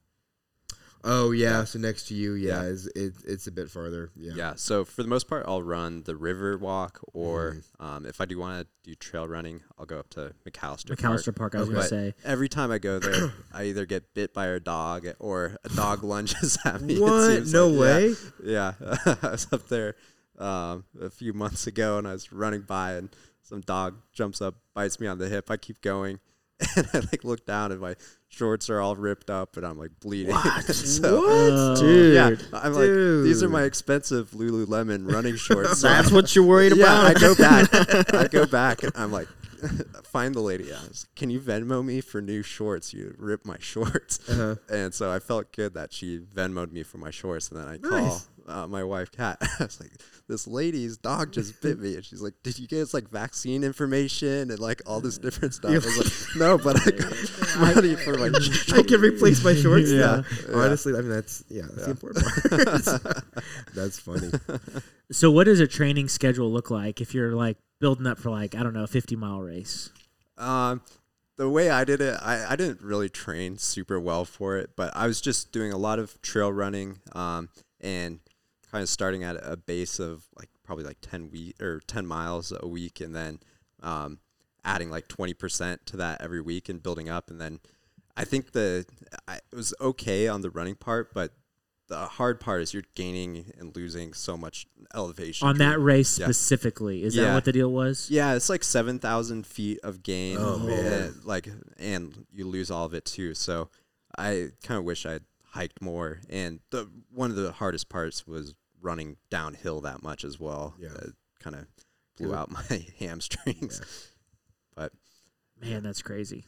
S3: Oh yeah, so next to you, yeah,
S4: Yeah.
S3: Is, it, it's a bit farther. Yeah.
S4: Yeah. So for the most part, I'll run the river walk, or
S2: Mm-hmm.
S4: um, if I do want to do trail running, I'll go up to McAllister. Park.
S2: McAllister Park. I was gonna
S4: But
S2: say.
S4: every time I go there, I either get bit by a dog or a dog lunges at me. it
S3: What?
S4: seems
S3: No
S4: like.
S3: way.
S4: Yeah. yeah. I was up there um, a few months ago, and I was running by, and some dog jumps up, bites me on the hip. I keep going. And I like look down and my shorts are all ripped up and I'm like bleeding. so,
S2: Oh,
S5: Dude.
S4: yeah, I'm like, these are
S3: Dude.
S4: my expensive Lululemon running shorts. So
S5: That's
S4: I'm-
S5: what you're worried
S4: yeah,
S5: about?
S4: I go back. I go back, and I'm like, find the lady. I was, Can you Venmo me for new shorts? You ripped my shorts,
S5: Uh-huh.
S4: and so I felt good that she Venmoed me for my shorts. And then I call uh, my wife, Kat. I was like, this lady's dog just bit me, and she's like, Did you guys like vaccine information and like all this different stuff? I was like, No, but I got money for my shorts.
S3: I can replace my shorts.
S2: Yeah.
S3: yeah. Honestly, I mean that's yeah, that's the important part. that's funny.
S2: So, what does a training schedule look like if you're like building up for like I don't know a 50 mile race?
S4: Um, the way I did it, I, I didn't really train super well for it, but I was just doing a lot of trail running um, and kind of starting at a base of like probably like 10 week or 10 miles a week and then um, adding like 20% to that every week and building up. And then I think the, I, it was okay on the running part, but the hard part is you're gaining and losing so much elevation
S2: On
S4: during-
S2: that race
S4: Yeah.
S2: specifically, is that
S4: Yeah.
S2: what the deal was?
S4: yeah, it's like seven thousand feet of gain.
S3: Oh, man.
S4: uh, like, and you lose all of it too. So, I kind of wish I had hiked more. And the one of the hardest parts was running downhill that much as well.
S3: Yeah.
S4: kind of blew out my hamstrings. But
S2: Man, that's crazy.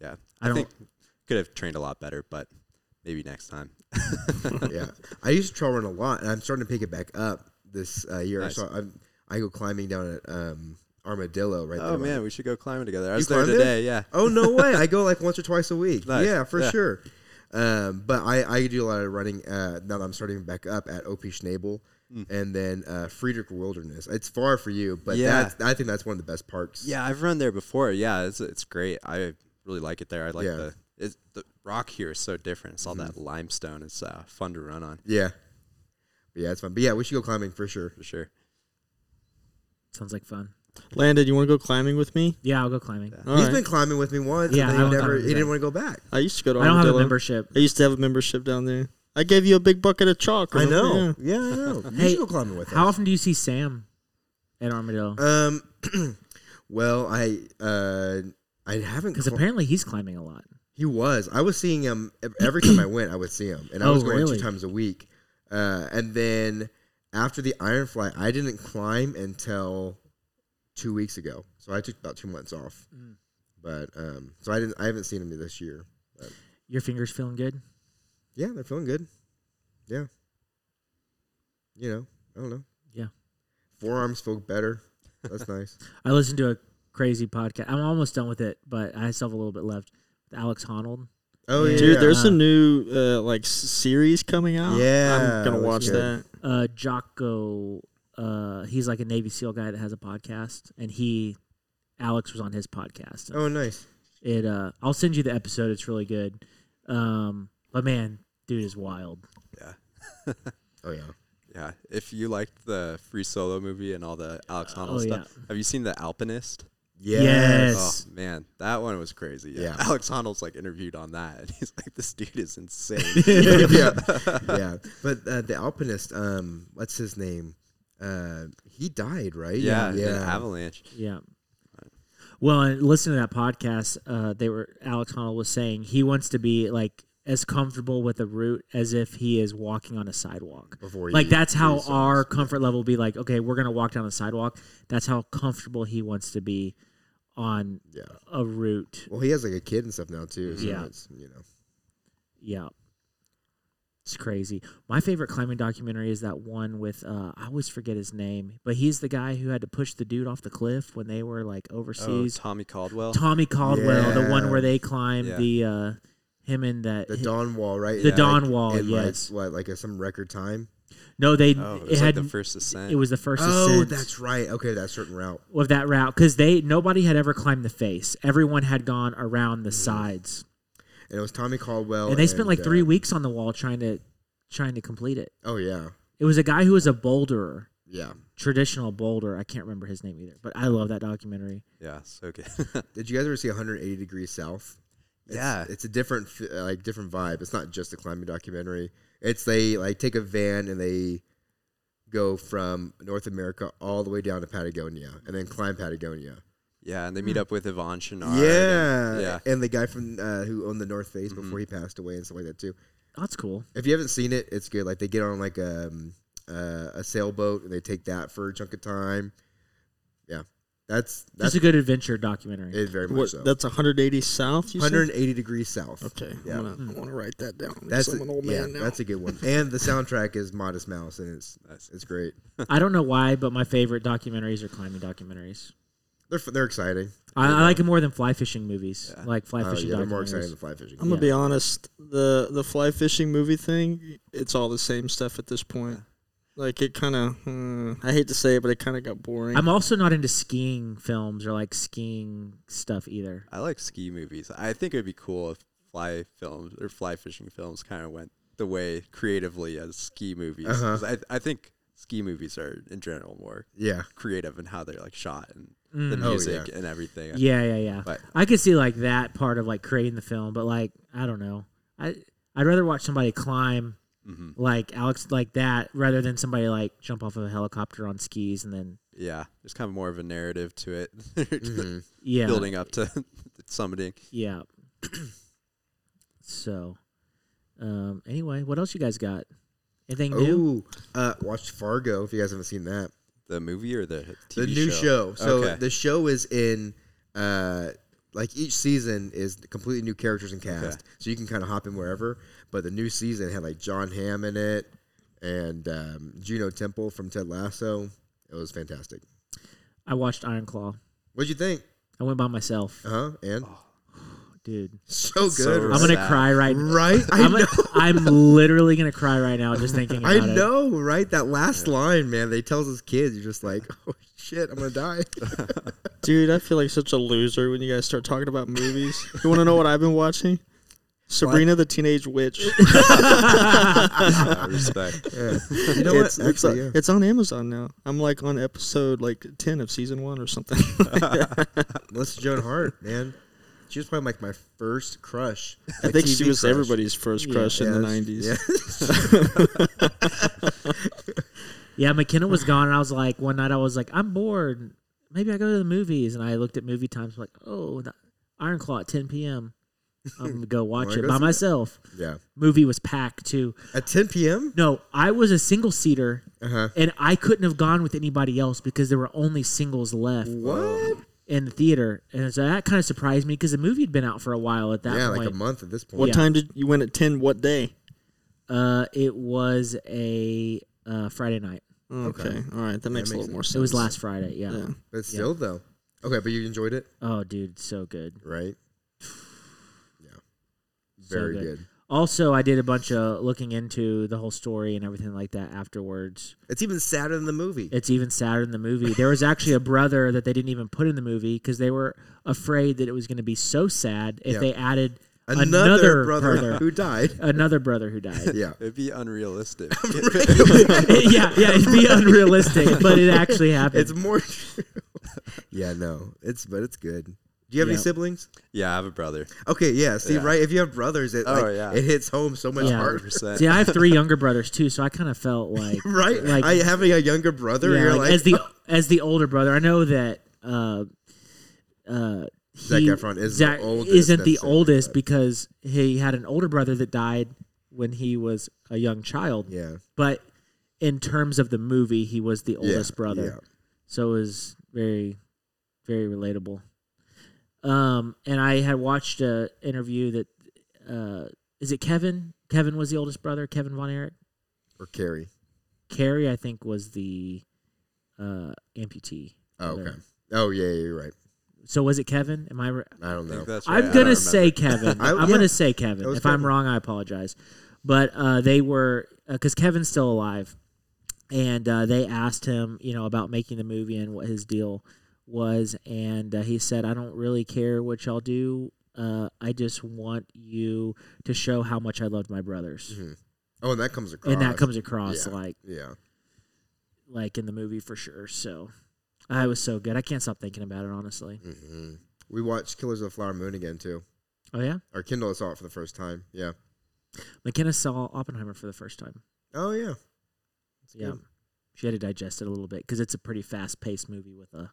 S4: yeah,
S2: I don't-
S4: think could have trained a lot better, but maybe next time.
S3: yeah. I used to trail run a lot, and I'm starting to pick it back up this uh, year.
S4: Nice.
S3: So I'm, I go climbing down at um, Armadillo right there.
S4: Oh man, we should go climbing together. I was there
S3: climbed it?
S4: today. Yeah.
S3: Oh no way! I go like once or twice a week.
S4: Nice.
S3: Yeah, for
S4: Yeah.
S3: sure. Um, but I, I do a lot of running uh, now that I'm starting back up at OP Schnabel
S4: Hmm.
S3: and then uh, Friedrich Wilderness. It's far for you, but
S4: Yeah.
S3: that's, I think that's one of the best parks.
S4: Yeah, I've run there before. Yeah, it's it's great. I really like it there. I like
S3: Yeah.
S4: the it's, the rock here is so different. It's all that limestone. It's uh, fun to run on
S3: yeah, but yeah, it's fun. But yeah, we should go climbing for sure.
S4: for sure.
S2: Sounds like fun.
S5: Landon, you want to go climbing with me?
S2: Yeah, I'll go climbing.
S3: He's
S5: All right.
S3: been climbing with me once.
S2: Yeah,
S3: Yeah,
S2: I
S3: and
S2: don't
S3: he never
S2: climb
S3: he didn't want to go back.
S5: I used to go to
S2: I don't have a
S5: Armadillo.
S2: membership.
S5: I used to have a membership down there. I gave you a big bucket of chalk.
S3: I
S5: remember?
S3: know.
S5: Yeah.
S3: Yeah, I know. You
S2: Hey,
S3: should go climbing with
S2: How
S3: us.
S2: often do you see Sam at Armadillo?
S3: Um, well, I uh, I haven't.
S2: Because
S3: cli-
S2: apparently he's climbing a lot.
S3: He was. I was seeing him ev- every time I went. I would see him, and I
S2: Oh,
S3: was going
S2: really?
S3: two times a week. Uh, and then after the Iron Fly, I didn't climb until two weeks ago. So I took about two months off. But um, so I didn't. I haven't seen him this year.
S2: Your fingers feeling good?
S3: Yeah, they're feeling good. Yeah. You know, I don't know.
S2: Yeah.
S3: Forearms feel better. That's nice.
S2: I listened to a crazy podcast. I'm almost done with it, but I still have a little bit left. Alex Honnold.
S3: Oh yeah.
S5: Dude, there's
S2: Uh,
S5: a new uh, like s- series coming out.
S3: Yeah,
S5: I'm gonna
S3: that's
S5: watch
S3: good.
S5: that.
S2: uh, Jocko. Uh, he's like a Navy SEAL guy that has a podcast, and he, Alex, was on his podcast.
S3: Oh nice.
S2: It. Uh, I'll send you the episode. It's really good. Um, but man, dude is wild.
S4: Yeah.
S3: Oh yeah.
S4: Yeah. If you liked the free solo movie and all the Alex Honnold
S2: oh,
S4: stuff, have you seen The Alpinist?
S3: Yes.
S4: Oh
S2: Yes.
S4: man, that one was crazy. Yeah.
S3: Yeah.
S4: Alex Honnold's like interviewed on that and he's like, This dude is insane.
S3: yeah. Yeah. But uh, the alpinist, um, what's his name? Uh, he died, right?
S4: yeah, yeah. Avalanche.
S2: Yeah. Well, and listen to that podcast. Uh, they were Alex Honnold was saying he wants to be like as comfortable with a route as if he is walking on a sidewalk.
S3: Before he
S2: like that's how
S3: was-
S2: our comfort level will be like okay we're gonna walk down the sidewalk that's how comfortable he wants to be on
S3: Yeah.
S2: a route
S3: Well, he has like a kid and stuff now too. So
S2: Yeah.
S3: It's, you know.
S2: yeah it's crazy my favorite climbing documentary is that one with uh, i always forget his name but he's the guy who had to push the dude off the cliff when they were like
S4: Oh,
S2: overseas
S4: Tommy Caldwell.
S2: tommy caldwell the one
S3: Yeah.
S2: where they climbed
S4: Yeah.
S2: the uh, him and that
S3: The Dawn Wall, right?
S2: The
S3: Yeah,
S2: Dawn
S3: like,
S2: Wall,
S3: in, like,
S2: yes.
S3: what, like a, some record time?
S2: no they
S4: oh, it
S2: it
S4: was
S2: had
S4: like the first ascent.
S2: it was the first
S3: Oh,
S2: ascent.
S3: that's right. Okay, that certain route.
S2: of that route because they nobody had ever climbed the face. Everyone had gone around
S4: Mm.
S2: the sides,
S3: And it was Tommy
S4: Oh,
S3: Caldwell.
S2: and they spent like three
S3: uh,
S2: weeks on the wall trying to trying to complete it.
S3: Oh yeah,
S2: It was a guy who was a boulderer,
S3: yeah.
S2: traditional boulder. I can't remember his name either, but I love that documentary.
S4: yeah, so good.
S3: Did you guys ever see 180 degrees south? It's,
S4: Yeah.
S3: it's a different f- uh, like different vibe. It's not just a climbing documentary. It's they like take a van and they go from North America all the way down to Patagonia and then climb Patagonia.
S4: yeah, and they
S2: Hmm.
S4: meet up with Yvon Chouinard. and-
S3: yeah,
S4: yeah.
S3: And the guy from uh, who owned the North Face before he passed away and stuff like that too.
S2: That's cool.
S3: If you haven't seen it, it's good. Like they get on like um, uh, a sailboat and they take that for a chunk of time. Yeah, that's
S2: That's
S3: that's
S2: a good adventure documentary.
S3: it very much
S5: What,
S3: so.
S5: That's 180 South. You said?
S3: 180 degrees south.
S5: Okay,
S3: Yeah.
S5: I'm gonna, I want to write that down.
S3: That's
S5: I'm
S3: a,
S5: an old
S3: yeah,
S5: man now.
S3: That's a good one. And the soundtrack is Modest Mouse, and it's
S4: Nice.
S3: it's great.
S2: I don't know why, but my favorite documentaries are climbing documentaries.
S3: They're f- they're exciting.
S2: I, I like it more than fly fishing movies. I like fly
S3: Oh,
S2: fishing
S3: yeah, they're
S2: documentaries.
S3: more exciting than fly fishing.
S5: I'm gonna be honest. The the fly fishing movie thing, it's all the same stuff at this point. Like it kind of, I hate to say it, but it kind of got boring.
S2: I'm also not into skiing films or like skiing stuff either.
S4: I like ski movies. I think it would be cool if fly films or fly fishing films kind of went the way creatively as ski movies.
S3: Uh-huh.
S4: 'Cause I, I think ski movies are in general more
S3: yeah,
S4: creative in how they're like shot and the
S3: Oh,
S4: music and everything.
S2: Mm. Yeah, yeah, yeah.
S4: But-
S2: I could see like that part of like creating the film, but like I don't know. I I'd rather watch somebody climb
S4: Mhm.
S2: like Alex like that rather than somebody like jump off of a helicopter on skis and then
S4: Yeah, there's kind of more of a narrative to it,
S3: Mm-hmm.
S2: yeah
S4: building up to summiting.
S2: yeah. so, um. Anyway, what else you guys got? Anything new?
S3: Ooh, uh, watched Fargo. If you guys haven't seen that,
S4: The movie or the TV
S3: the new show. So
S4: Okay.
S3: the show is in, uh, like each season is completely new characters and cast,
S4: Okay.
S3: so you can kind of hop in wherever. But the new season had like John Hamm in it and um, Juno Temple from Ted Lasso. It was fantastic.
S2: I watched Iron Claw.
S3: What'd you think?
S2: I went by myself,
S3: Uh huh. And
S2: dude.
S3: so good.
S4: So
S3: right?
S2: I'm gonna
S4: sad.
S2: cry right.
S3: Right? I
S2: I'm,
S3: know.
S2: gonna- I'm literally gonna cry right now just thinking about
S3: I
S2: it.
S3: know, right? That last line, man. They tells his kids, you're just like, oh shit, I'm gonna die.
S5: Dude, I feel like such a loser when you guys start talking about movies. you want to know what I've been watching? Sabrina the Teenage Witch.
S4: I respect.
S3: Yeah. You know
S5: it's,
S3: what?
S5: it's,
S3: Actually,
S5: on,
S3: yeah.
S5: it's on Amazon now. I'm like on episode like 10 of season 1 or something.
S3: Melissa Joan Hart, man. She was probably like my first crush.
S5: I
S3: My
S5: think she
S3: TV
S5: was
S3: crush.
S5: everybody's first
S2: Yeah.
S5: crush in the
S3: Yes.
S5: 90s.
S3: Yeah.
S2: Yeah, McKenna was gone, and I was like, one night I was like, I'm bored. Maybe I go to the movies, and I looked at movie times. like, oh, the Iron Claw at 10 p.m. I'm gonna go watch
S3: Wanna
S2: it
S3: go
S2: by
S3: see it?
S2: myself.
S3: Yeah.
S2: Movie was packed too.
S3: At 10 p.m.
S2: No, I was a single seater,
S3: Uh huh.
S2: and I couldn't have gone with anybody else because there were only singles left
S3: What?
S2: in the theater, and so that kind of surprised me because the movie had been out for a while at that
S3: Yeah,
S2: point.
S3: like a month at this
S5: What
S3: point.
S2: Yeah.
S5: time did you went at 10 what day?
S2: uh, it was a uh, Friday night.
S5: Oh, Okay. All right. That makes, a
S3: makes
S5: little more sense.
S2: It was last Friday. Yeah.
S5: Yeah.
S3: But still, though. Okay, but you enjoyed it,
S2: Oh, dude, so good.
S3: right? Yeah.
S2: So
S3: Very
S2: good.
S3: good.
S2: Also, I did a bunch of looking into the whole story and everything like that afterwards.
S3: It's even sadder than the movie.
S2: It's even sadder in the movie. There was actually a brother that they didn't even put in the movie because they were afraid that it was going to be so sad if
S3: Yeah.
S2: they added
S3: Another,
S2: another
S3: brother
S2: brother.
S3: who died.
S2: another brother who died.
S3: Yeah.
S4: It'd be unrealistic.
S2: yeah, yeah, it'd be unrealistic, but it actually happened.
S3: It's more true. yeah, no. It's but it's good. Do you have
S2: Yeah.
S3: any siblings?
S4: yeah, I have a brother.
S3: Okay, yeah. See,
S4: Yeah.
S3: right? If you have brothers, it
S4: Oh,
S3: like,
S4: yeah.
S3: it hits home so much
S2: Yeah.
S3: harder.
S4: 100%.
S2: See, I have three younger brothers too, so I kind of felt like
S3: Right?
S2: Like-
S3: Like I, having a younger brother,
S2: yeah,
S3: you're
S2: like,
S3: like,
S2: as the as the older brother. I know that uh, uh,
S3: Zac
S2: he-
S3: Efron is the oldest,
S2: isn't the
S3: necessarily,
S2: oldest
S3: but-
S2: because he had an older brother that died when he was a young child.
S3: yeah,
S2: But in terms of the movie, he was the
S3: yeah,
S2: oldest brother.
S3: yeah.
S2: so it was very very relatable um and i had watched a interview that uh is it kevin kevin was the oldest brother kevin von erich
S3: Or Carrie.
S2: carrie i think was the uh amputee
S3: Oh,
S2: brother.
S3: okay. Oh yeah, yeah, you're right.
S2: so was it kevin am i re-
S3: I don't
S4: I think
S3: know.
S4: that's right.
S2: i'm
S4: I
S2: gonna
S4: don't
S2: say kevin
S3: I-
S2: I, am
S3: yeah.
S2: gonna say kevin
S3: That was
S2: if i'm
S3: Kevin.
S2: wrong i apologize but uh they were because kevin's still alive and uh, they asked him, you know, about making the movie and what his deal was, and uh, he said, "I don't really care what y'all do. Uh, I just want you to show how much I loved my brothers."
S3: Mhm. Oh, and that comes across.
S2: And that comes across
S3: Yeah.
S2: like
S3: Yeah.
S2: like in the movie for sure. So, I was so good. I can't stop thinking about it, honestly.
S3: hmm We watched Killers of the Flower Moon again too.
S2: Oh yeah,
S3: Or Kindle saw it for the first time. Yeah.
S2: McKenna saw Oppenheimer for the first time.
S3: Oh yeah. That's
S2: yeah,
S3: good.
S2: she had to digest it a little bit because it's a pretty fast paced movie with a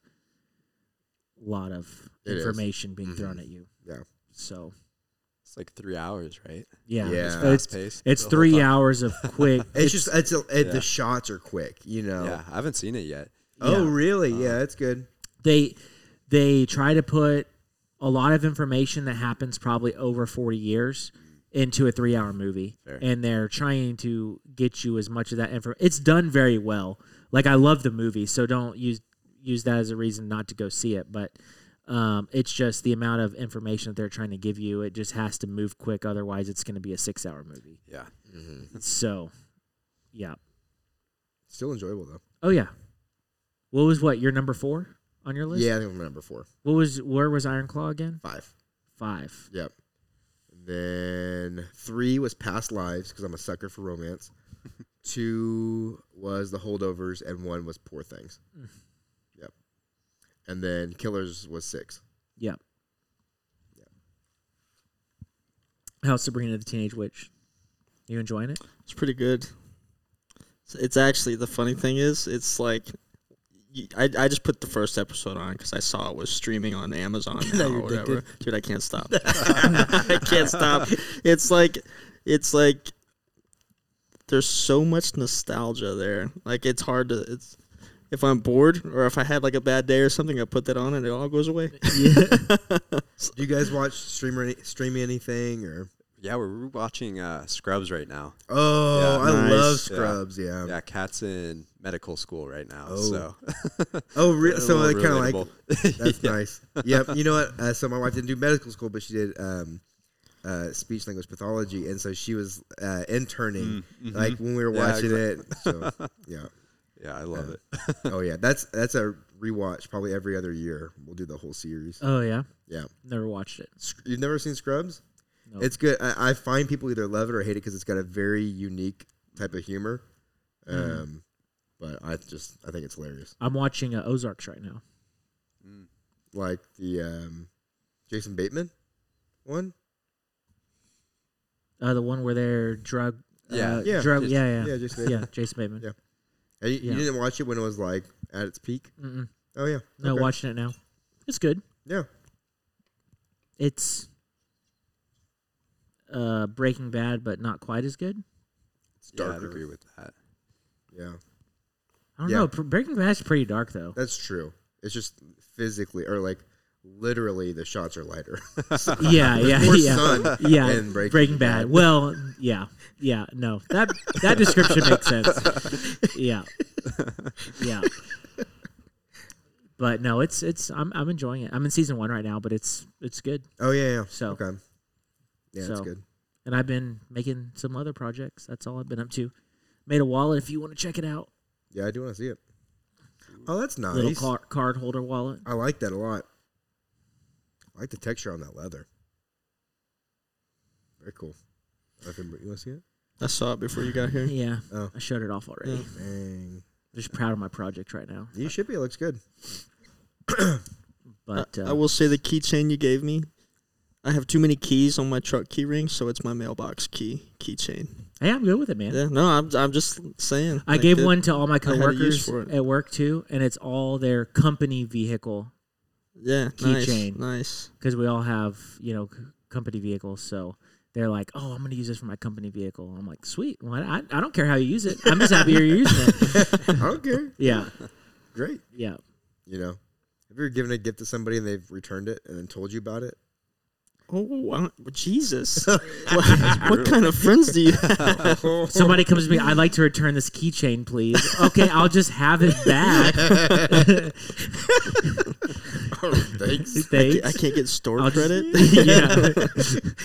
S2: lot of
S3: It is.
S2: information being
S3: Mhm.
S2: thrown at you.
S3: Yeah.
S2: So
S4: It's like three hours, right?
S2: yeah,
S3: Yeah.
S2: It's-
S4: Fast
S2: it's
S4: paced.
S2: It's
S4: the whole
S2: three
S4: time.
S2: hours of quick.
S3: It's, just it's a, it,
S4: yeah.
S3: the shots are quick, you know.
S4: Yeah, I haven't seen it yet.
S3: Oh
S2: yeah.
S3: really? yeah, it's good.
S2: they they try to put a lot of information that happens probably over forty years into a three-hour movie,
S4: Fair.
S2: and they're trying to get you as much of that info. It's done very well. Like I love the movie, so don't use use that as a reason not to go see it, but. Um, it's just the amount of information that they're trying to give you. It just has to move quick, otherwise, it's going to be a six-hour movie.
S4: Yeah.
S2: So, yeah.
S3: Mm-hmm. Still enjoyable though.
S2: Oh yeah. What was what your number four on your list?
S3: Yeah, I think I'm number four,
S2: What was where was Iron Claw again?
S3: five.
S2: Five.
S3: Yep. Then three was past lives because I'm a sucker for romance. Two was the holdovers, and one was poor things. Yep. And then killers was six.
S2: Yep. How Sabrina the Teenage Witch? You enjoying it?
S5: It's pretty good. It's, it's actually the funny thing is, it's like. y- I, I just put the first episode on because I saw it was streaming on Amazon now or whatever. Dude, I can't stop. I can't stop. It's like, it's like, there's so much nostalgia there. Like it's hard to. It's if I'm bored or if I had like a bad day or something, I put that on and it all goes away.
S3: Do you guys watch stream or any, streaming anything or?
S4: Yeah, we're watching uh, Scrubs right now.
S3: Oh,
S4: Yeah.
S3: I
S5: Nice.
S3: love
S5: Yeah.
S3: Scrubs. Yeah.
S4: yeah, Kat's in medical school right now.
S3: Oh.
S4: So
S3: Oh, re-
S4: A
S3: so I
S4: little
S3: kind of like
S4: relatable.
S3: that's nice. Yep. You know what? Uh, so my wife didn't do medical school, but she did um, uh, speech language pathology, and so she was uh,
S2: Mm,
S3: interning
S2: mm-hmm.
S3: like when we were
S4: Yeah,
S3: watching it. So yeah.
S4: yeah, I love it.
S3: Oh yeah, that's that's a rewatch. Probably every other year we'll do the whole series.
S2: Oh yeah.
S3: Yeah,
S2: Never watched it.
S3: Sc- you've never seen Scrubs?
S2: No.
S3: It's good. I, I find people either love it or hate it because it's got a very unique type of humor.
S2: Mm.
S3: Um, but I just I think it's hilarious.
S2: I'm watching uh, Ozarks right now.
S3: Like the um, Jason Bateman one.
S2: Uh, the one where they're drug.
S4: Yeah.
S2: Uh,
S3: Yeah,
S2: Drug.
S3: just-
S2: yeah.
S3: yeah,
S2: Yeah.
S3: just-
S2: yeah. Jason Bateman.
S3: Yeah. Hey, you-
S2: Yeah.
S3: You didn't watch it when it was like at its peak.
S2: Mm-mm.
S3: Oh yeah.
S2: No,
S3: Okay.
S2: watching it now. It's good.
S3: Yeah.
S2: It's uh Breaking Bad, but not quite as good.
S3: It's
S4: Yeah, I'd
S3: darker.
S4: agree with that.
S3: yeah,
S2: I don't
S3: Yeah.
S2: know. Pr- Breaking Bad's pretty dark though.
S3: that's true. It's just physically or like literally the shots are lighter. so,
S2: yeah, yeah,
S3: more
S2: yeah.
S3: sun
S2: yeah,
S3: than Breaking
S2: Bad.
S3: Bad.
S2: Well, yeah, yeah. No, that that description makes sense. Yeah, yeah. But no, it's it's I'm I'm enjoying it. I'm in season one right now, but it's it's good.
S3: Oh yeah, yeah.
S2: So-
S3: okay, yeah, that's
S2: so-
S3: good.
S2: And I've been making some other projects. That's all I've been up to. Made a wallet if you want to check it out.
S3: Yeah, I do want to see it. Oh, that's nice.
S2: Little car, card holder wallet.
S3: I like that a lot. I like the texture on that leather. Very cool. I can- you want to see it?
S5: I saw it before you got here.
S2: Yeah.
S3: Oh.
S2: I shut it off already.
S3: Dang.
S2: Just proud of my project right now.
S3: You should be. It looks good.
S2: But
S5: I-
S2: uh,
S5: I will say the keychain you gave me. I have too many keys on my truck key ring, so it's my mailbox key keychain.
S2: hey, I'm good with it, man.
S5: Yeah, no, I'm, I'm just saying.
S2: I
S5: like,
S2: gave
S5: it-
S2: one to all my
S5: I had a
S2: coworkers
S5: use for it.
S2: at work too, and it's all their company vehicle
S5: Yeah,
S2: keychain.
S5: Nice, nice.
S2: because we all have you know c- company vehicles. So they're like, "Oh, I'm going to use this for my company vehicle." I'm like, "Sweet, well, I, I don't care how you use it. I'm just happy you're using it."
S3: I don't care.
S2: Yeah,
S3: Great.
S2: yeah.
S3: You know, have you ever given a gift to somebody and they've returned it and then told you about it?
S5: Oh, wow, Jesus! what, what kind of friends do you have?
S2: Somebody comes to me, "I'd like to
S3: Mm-hmm.
S2: return this keychain, please." okay, I'll just have it back.
S3: Oh, thanks.
S2: Thanks.
S5: I can't get store
S2: I'll just-
S5: credit.
S2: yeah,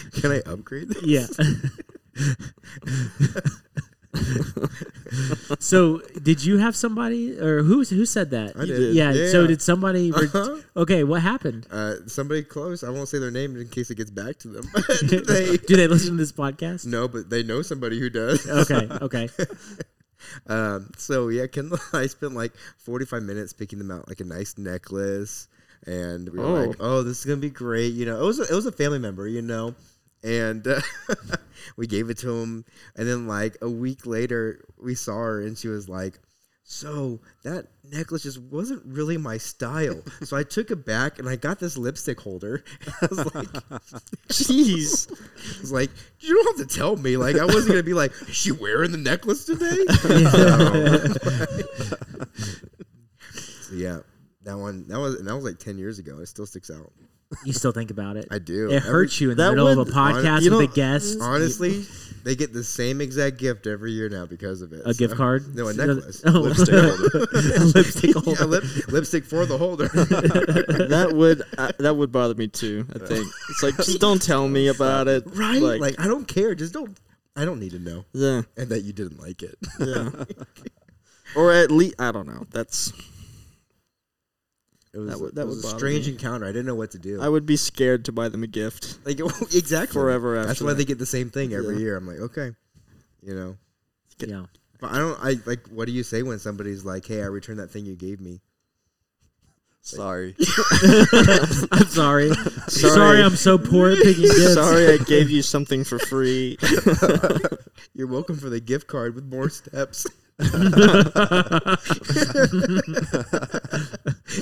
S3: Can I upgrade? this?
S2: yeah. so, did you have somebody, or who who said that?
S3: I did.
S2: Yeah. So
S3: Yeah.
S2: did somebody? re-
S3: Uh-huh.
S2: Okay, what happened?
S3: Uh, somebody close. I won't say their name in case it gets back to them. they
S2: Do they listen to this podcast?
S3: no, but they know somebody who does.
S2: Okay. Okay.
S3: Um, so yeah, Kendall, and I spent like 45 minutes picking them out, like a nice necklace, and we were like, "Oh, this is gonna be great," you know. It was a, it was a family member, you know, and uh, we gave it to him, and then like a week later, we saw her, and she was like. So that necklace just wasn't really my style. So I took it back and I got this lipstick holder. I was like,
S5: Jeez,
S3: I was like, you don't have to tell me. Like I wasn't gonna be like, is she wearing the necklace today? so, So, yeah, that one that was and that was like ten years ago. It still sticks out.
S2: You still think about it.
S3: I do.
S2: It hurts you in the
S5: that
S2: middle of a
S5: would-
S2: podcast
S3: hon- you
S2: with a
S3: know,
S2: guest.
S3: Honestly, they get the same exact gift every year now because of it.
S2: A gift card?
S3: No, a
S2: No,
S3: necklace.
S2: oh.
S3: Lipstick holder.
S2: A lipstick holder.
S3: yeah, lip, lipstick for the holder.
S5: that would uh, that would bother me too. I think it's like just don't tell me about it.
S3: right? Like, I don't care. Just don't. I don't need to know.
S5: yeah,
S3: And that you didn't like it.
S5: yeah. or at least I don't know. That's
S3: It was,
S5: That would-
S3: a-
S5: that
S3: it was
S5: would
S3: a
S5: bother
S3: strange
S5: me.
S3: encounter. I didn't know what to do.
S5: I would be scared to buy them a gift.
S3: Like it- exactly
S5: Forever
S3: That's
S5: after
S3: why
S5: that.
S3: they get the same thing every
S5: Yeah.
S3: year. I'm like, okay, you know.
S2: yeah.
S3: But I don't. I like. What do you say when somebody's like, "Hey, I returned that thing you gave me"?
S4: Sorry.
S2: I'm sorry. sorry. I'm so poor at picking gifts.
S5: Sorry, I gave you something for free.
S3: You're welcome for the gift card with more steps.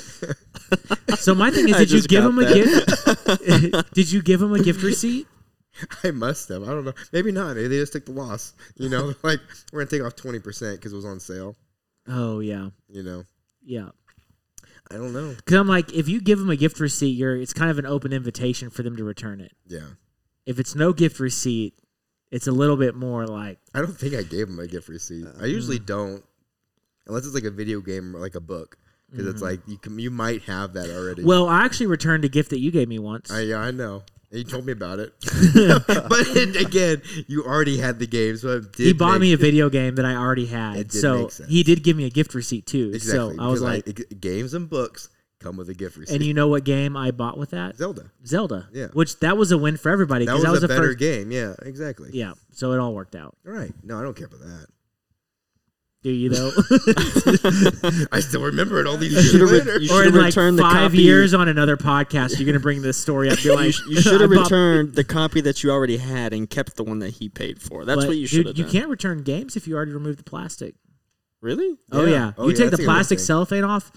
S2: So my thing is,
S5: I
S2: did you
S5: just
S2: give
S5: got
S2: him a gift? did you give him a gift receipt?
S3: I must have. I don't know. Maybe not. Maybe they just took the loss. You know, like we're gonna take off twenty percent because it was on sale.
S2: Oh yeah,
S3: You know.
S2: yeah.
S3: I don't know.
S2: Because I'm like, if you give them a gift receipt, you're it's kind of an open invitation for them to return it.
S3: Yeah.
S2: If it's no gift receipt, it's a little bit more like
S3: I don't think I gave him a gift receipt. I usually don't, unless it's like a video game or like a book, because it's like you can, you might have that already.
S2: Well, I actually returned a gift that you gave me once.
S3: I, yeah, I know. He told me about it. but it- again, you already had the game, so it did
S2: he bought
S3: make-
S2: me a video game that I already had,
S3: It did
S2: so
S3: make sense.
S2: he did give me a gift receipt too.
S3: Exactly.
S2: so I was
S3: because
S2: like,
S3: ex- games and books come with a gift receipt.
S2: and you know what game I bought with that?
S3: Zelda.
S2: Zelda.
S3: Yeah.
S2: Which that was a win for everybody
S3: That
S2: because
S3: was,
S2: that was
S3: a
S2: the
S3: better
S2: first.
S3: game. Yeah, exactly.
S2: Yeah. So it all worked out.
S3: All right. No, I don't care about that.
S2: Do you though?
S3: I still remember it all these
S5: You
S3: years
S5: should've re-
S3: later.
S5: you
S2: or
S5: should've
S2: in like
S5: returned the
S2: five
S5: copy.
S2: years on another podcast, you're gonna bring this story up. You're
S5: You,
S2: like,
S5: sh- you should have
S2: I bought-
S5: returned the copy that you already had and kept the one that he paid for. That's
S2: But,
S5: what you
S2: dude,
S5: should have
S2: You
S5: done.
S2: can't return games if you already removed the plastic.
S5: really?
S2: Oh
S3: Yeah.
S2: yeah.
S3: Oh,
S2: you
S3: yeah,
S2: take
S3: that's
S2: the
S3: a good
S2: plastic
S3: thing.
S2: cellophane off.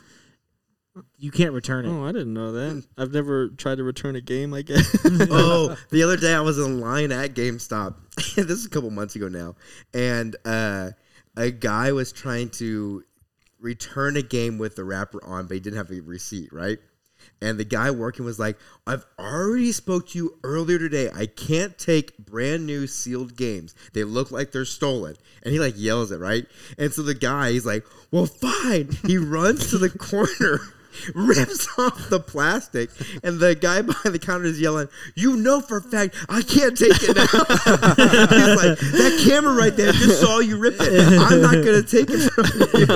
S2: You can't return it.
S5: Oh, I didn't know
S3: Hmm.
S5: that. I've never tried to return a game. I guess.
S3: oh, the other day I was in line at GameStop. this is a couple months ago now, and uh, a guy was trying to return a game with the wrapper on, but he didn't have a receipt, right? and the guy working was like, "I've already spoke to you earlier today. I can't take brand new sealed games. They look like they're stolen." And he like yells it right, and so the guy he's like, "Well, fine." He runs to the corner. Rips off the plastic, and the guy behind the counter is yelling, "You know for a fact I can't take it now." He's like, "That camera right there just saw you rip it. I'm not gonna take it from you."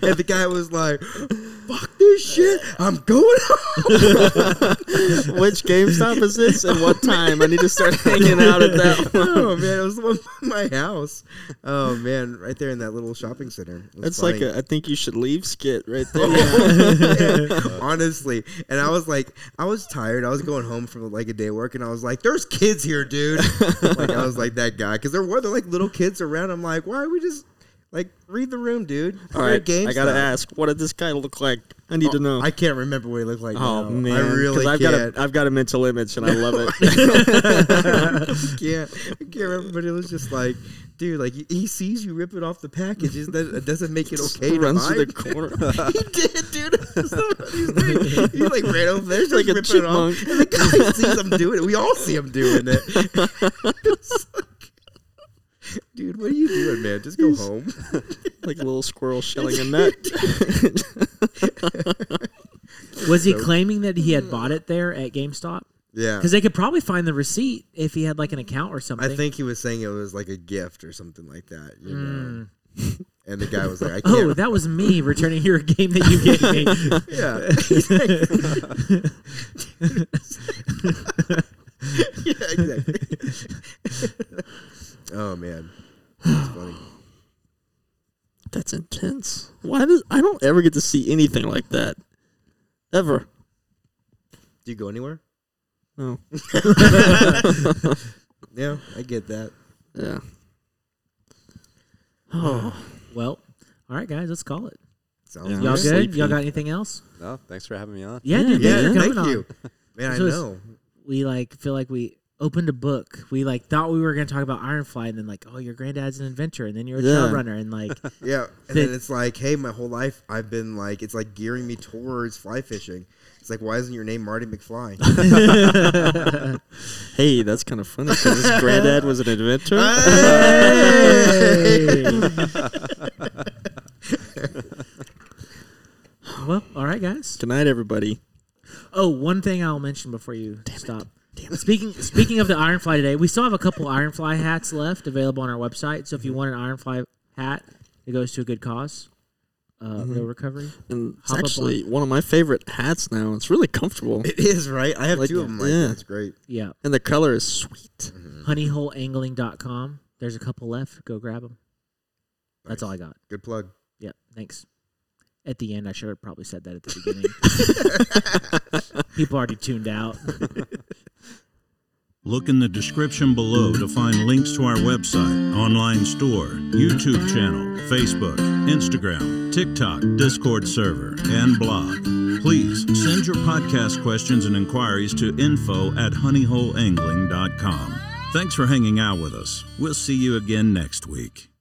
S3: And the guy was like, "Fuck this shit! I'm going home."
S5: Which GameStop is this and what time? I need to start hanging out at that one.
S3: oh man, it was the one by my house. Oh man, right there in that little shopping center. It was
S5: That's like
S3: funny. Oh,
S5: a I think you should leave skit right there.
S3: honestly. And I was like, I was tired. I was going home from like a day of work, and I was like, "There's kids here, dude." like I was like that guy because there were there like little kids around. I'm like, why are we just like read the room, dude?
S5: All right, I gotta ask, what did this guy look like? I need to know.
S3: Oh, I can't remember what he looked like.
S5: oh
S3: now.
S5: man,
S3: I
S5: 'cause
S3: really
S5: I've
S3: can't.
S5: got a I've got a mental image and I love it.
S3: can't. I can't remember, but it was just like, dude, like he sees you ripping off the packages. That it doesn't make it okay. to
S5: runs
S3: buy.
S5: through the corner.
S3: he did, dude. That's not what he's doing. He like ran over there, just
S5: Like a
S3: ripping it off.
S5: chipmunk.
S3: And the guy sees him doing it. We all see him doing it. It's like, dude, what are you doing, man? Just go home.
S5: like a little squirrel shelling a nut.
S2: Was he claiming that he had bought it there at GameStop?
S3: Mm. Yeah.
S2: Because they could probably find the receipt if he had like an account or
S3: I
S2: something.
S3: think he was saying it was like a gift or something like that. You know?
S2: Mm.
S3: And the guy was like, I
S2: Oh,
S3: can't.
S2: that was me returning your game that you gave me.
S3: yeah. exactly. yeah, exactly. oh, man. That's funny.
S5: That's intense. Why does I don't ever get to see anything like that, ever?
S3: Do you go anywhere?
S5: No.
S3: Yeah, I get that.
S5: Yeah. Oh,
S2: well, all right, guys, let's call it.
S3: Sounds
S5: Yeah.
S3: good.
S2: Y'all
S5: I'm
S2: good?
S5: sleepy.
S2: Y'all got anything else?
S4: No, thanks for having me on.
S2: Yeah,
S5: Yeah,
S2: dude.
S5: man.
S2: thanks
S3: Yeah,
S2: for
S3: thank
S2: coming on.
S3: you. Man, I
S2: This was-
S3: know.
S2: We like feel like we opened a book. We like thought we were gonna talk about Ironfly, and then like, oh, your granddad's an adventurer, and then you're a
S5: Yeah.
S2: trail runner, and like,
S3: Yeah, and
S2: The-
S3: then it's like, hey, my whole life I've been like, it's like gearing me towards fly fishing. It's like, why isn't your name Marty McFly?
S5: hey, that's kind of funny because his granddad was an inventor.
S3: Hey!
S2: well, all right, guys.
S5: Good night, everybody.
S2: Oh, one thing I'll mention before you stop. Speaking speaking of the Ironfly today, we still have a couple Ironfly hats left available on our website. So if you want an Ironfly hat, it goes to a good cause. Uh, Real recovery.
S5: And it's
S2: Hop up
S5: actually one of my favorite hats now. It's really comfortable,
S3: it is right. I have
S5: Like,
S3: two of them. Like, Mm-hmm.
S5: yeah.
S3: yeah, it's great.
S2: Yeah,
S5: and the color is sweet.
S2: honeyholeangling.com. There's a couple left. Go grab them. That's
S3: Nice.
S2: all I got.
S3: Good plug.
S2: Yeah, thanks. At the end, I should have probably said that at the beginning. People already tuned out.
S1: Look in the description below to find links to our website, online store, YouTube channel, Facebook, Instagram, TikTok, Discord server, and blog. Please send your podcast questions and inquiries to info at honeyholeangling.com. Thanks for hanging out with us. We'll see you again next week.